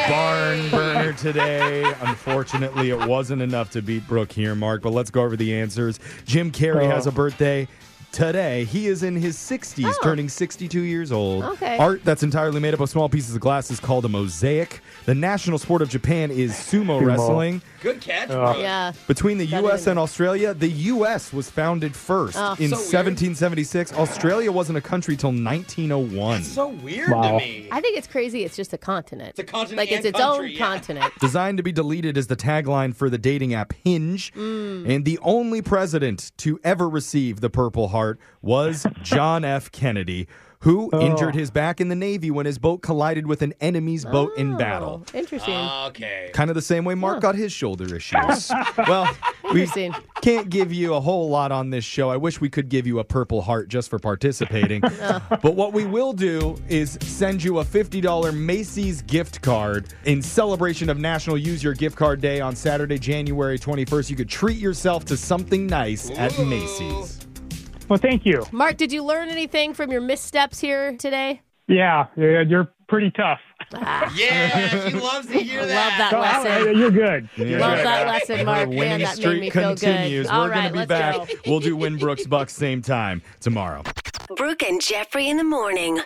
[SPEAKER 4] Barn burner today. Unfortunately, it wasn't enough to beat Brooke here, Mark, but let's go over the answers. Jim Carrey
[SPEAKER 23] Oh.
[SPEAKER 4] has a birthday today. He is in his 60s,
[SPEAKER 23] Oh.
[SPEAKER 4] turning 62 years old.
[SPEAKER 23] Okay.
[SPEAKER 4] Art that's entirely made up of small pieces of glass is called a mosaic. The national sport of Japan is sumo,
[SPEAKER 23] Sumo.
[SPEAKER 4] wrestling.
[SPEAKER 3] Good catch.
[SPEAKER 4] Oh.
[SPEAKER 3] Brooke.
[SPEAKER 2] Yeah.
[SPEAKER 4] Between the U.S. and Australia, the U.S. was founded first
[SPEAKER 3] Oh.
[SPEAKER 4] in
[SPEAKER 3] So weird.
[SPEAKER 4] 1776. Australia wasn't a country till 1901.
[SPEAKER 3] So weird
[SPEAKER 4] Wow.
[SPEAKER 3] to me.
[SPEAKER 2] I think it's crazy. It's just a continent. It's a
[SPEAKER 3] continent.
[SPEAKER 2] Like it's
[SPEAKER 3] and
[SPEAKER 2] its own
[SPEAKER 3] country, yeah.
[SPEAKER 2] continent.
[SPEAKER 4] Designed to be deleted is the tagline for the dating app Hinge.
[SPEAKER 2] Mm.
[SPEAKER 4] And the only president to ever receive the Purple Heart was John F. Kennedy, who
[SPEAKER 2] Oh.
[SPEAKER 4] injured his back in the Navy when his boat collided with an enemy's boat
[SPEAKER 2] Oh.
[SPEAKER 4] in battle.
[SPEAKER 2] Interesting.
[SPEAKER 3] Okay.
[SPEAKER 4] Kind of the same way Mark got his shoulder issues. well, we
[SPEAKER 2] Interesting.
[SPEAKER 4] can't give you a whole lot on this show. I wish we could give you a Purple Heart just for participating. But what we will do is send you a $50 Macy's gift card in celebration of National Use Your Gift Card Day on Saturday, January 21st. You could treat yourself to something nice at Macy's.
[SPEAKER 6] Well, thank you.
[SPEAKER 2] Mark, did you learn anything from your missteps here today?
[SPEAKER 6] Yeah, yeah, you're pretty tough.
[SPEAKER 3] yeah, she loves to hear
[SPEAKER 2] that.
[SPEAKER 6] So,
[SPEAKER 2] Love that
[SPEAKER 6] all right,
[SPEAKER 2] lesson.
[SPEAKER 6] You're good. You're
[SPEAKER 2] Love
[SPEAKER 6] good.
[SPEAKER 2] that lesson, Mark.
[SPEAKER 4] Our winning
[SPEAKER 2] Man, that made
[SPEAKER 4] streak
[SPEAKER 2] me feel
[SPEAKER 4] continues.
[SPEAKER 2] good. All
[SPEAKER 4] We're
[SPEAKER 2] right,
[SPEAKER 4] going to be
[SPEAKER 2] let's
[SPEAKER 4] back.
[SPEAKER 2] go.
[SPEAKER 4] We'll do Winbrook's Bucks same time tomorrow.
[SPEAKER 8] Brooke and Jeffrey in the morning.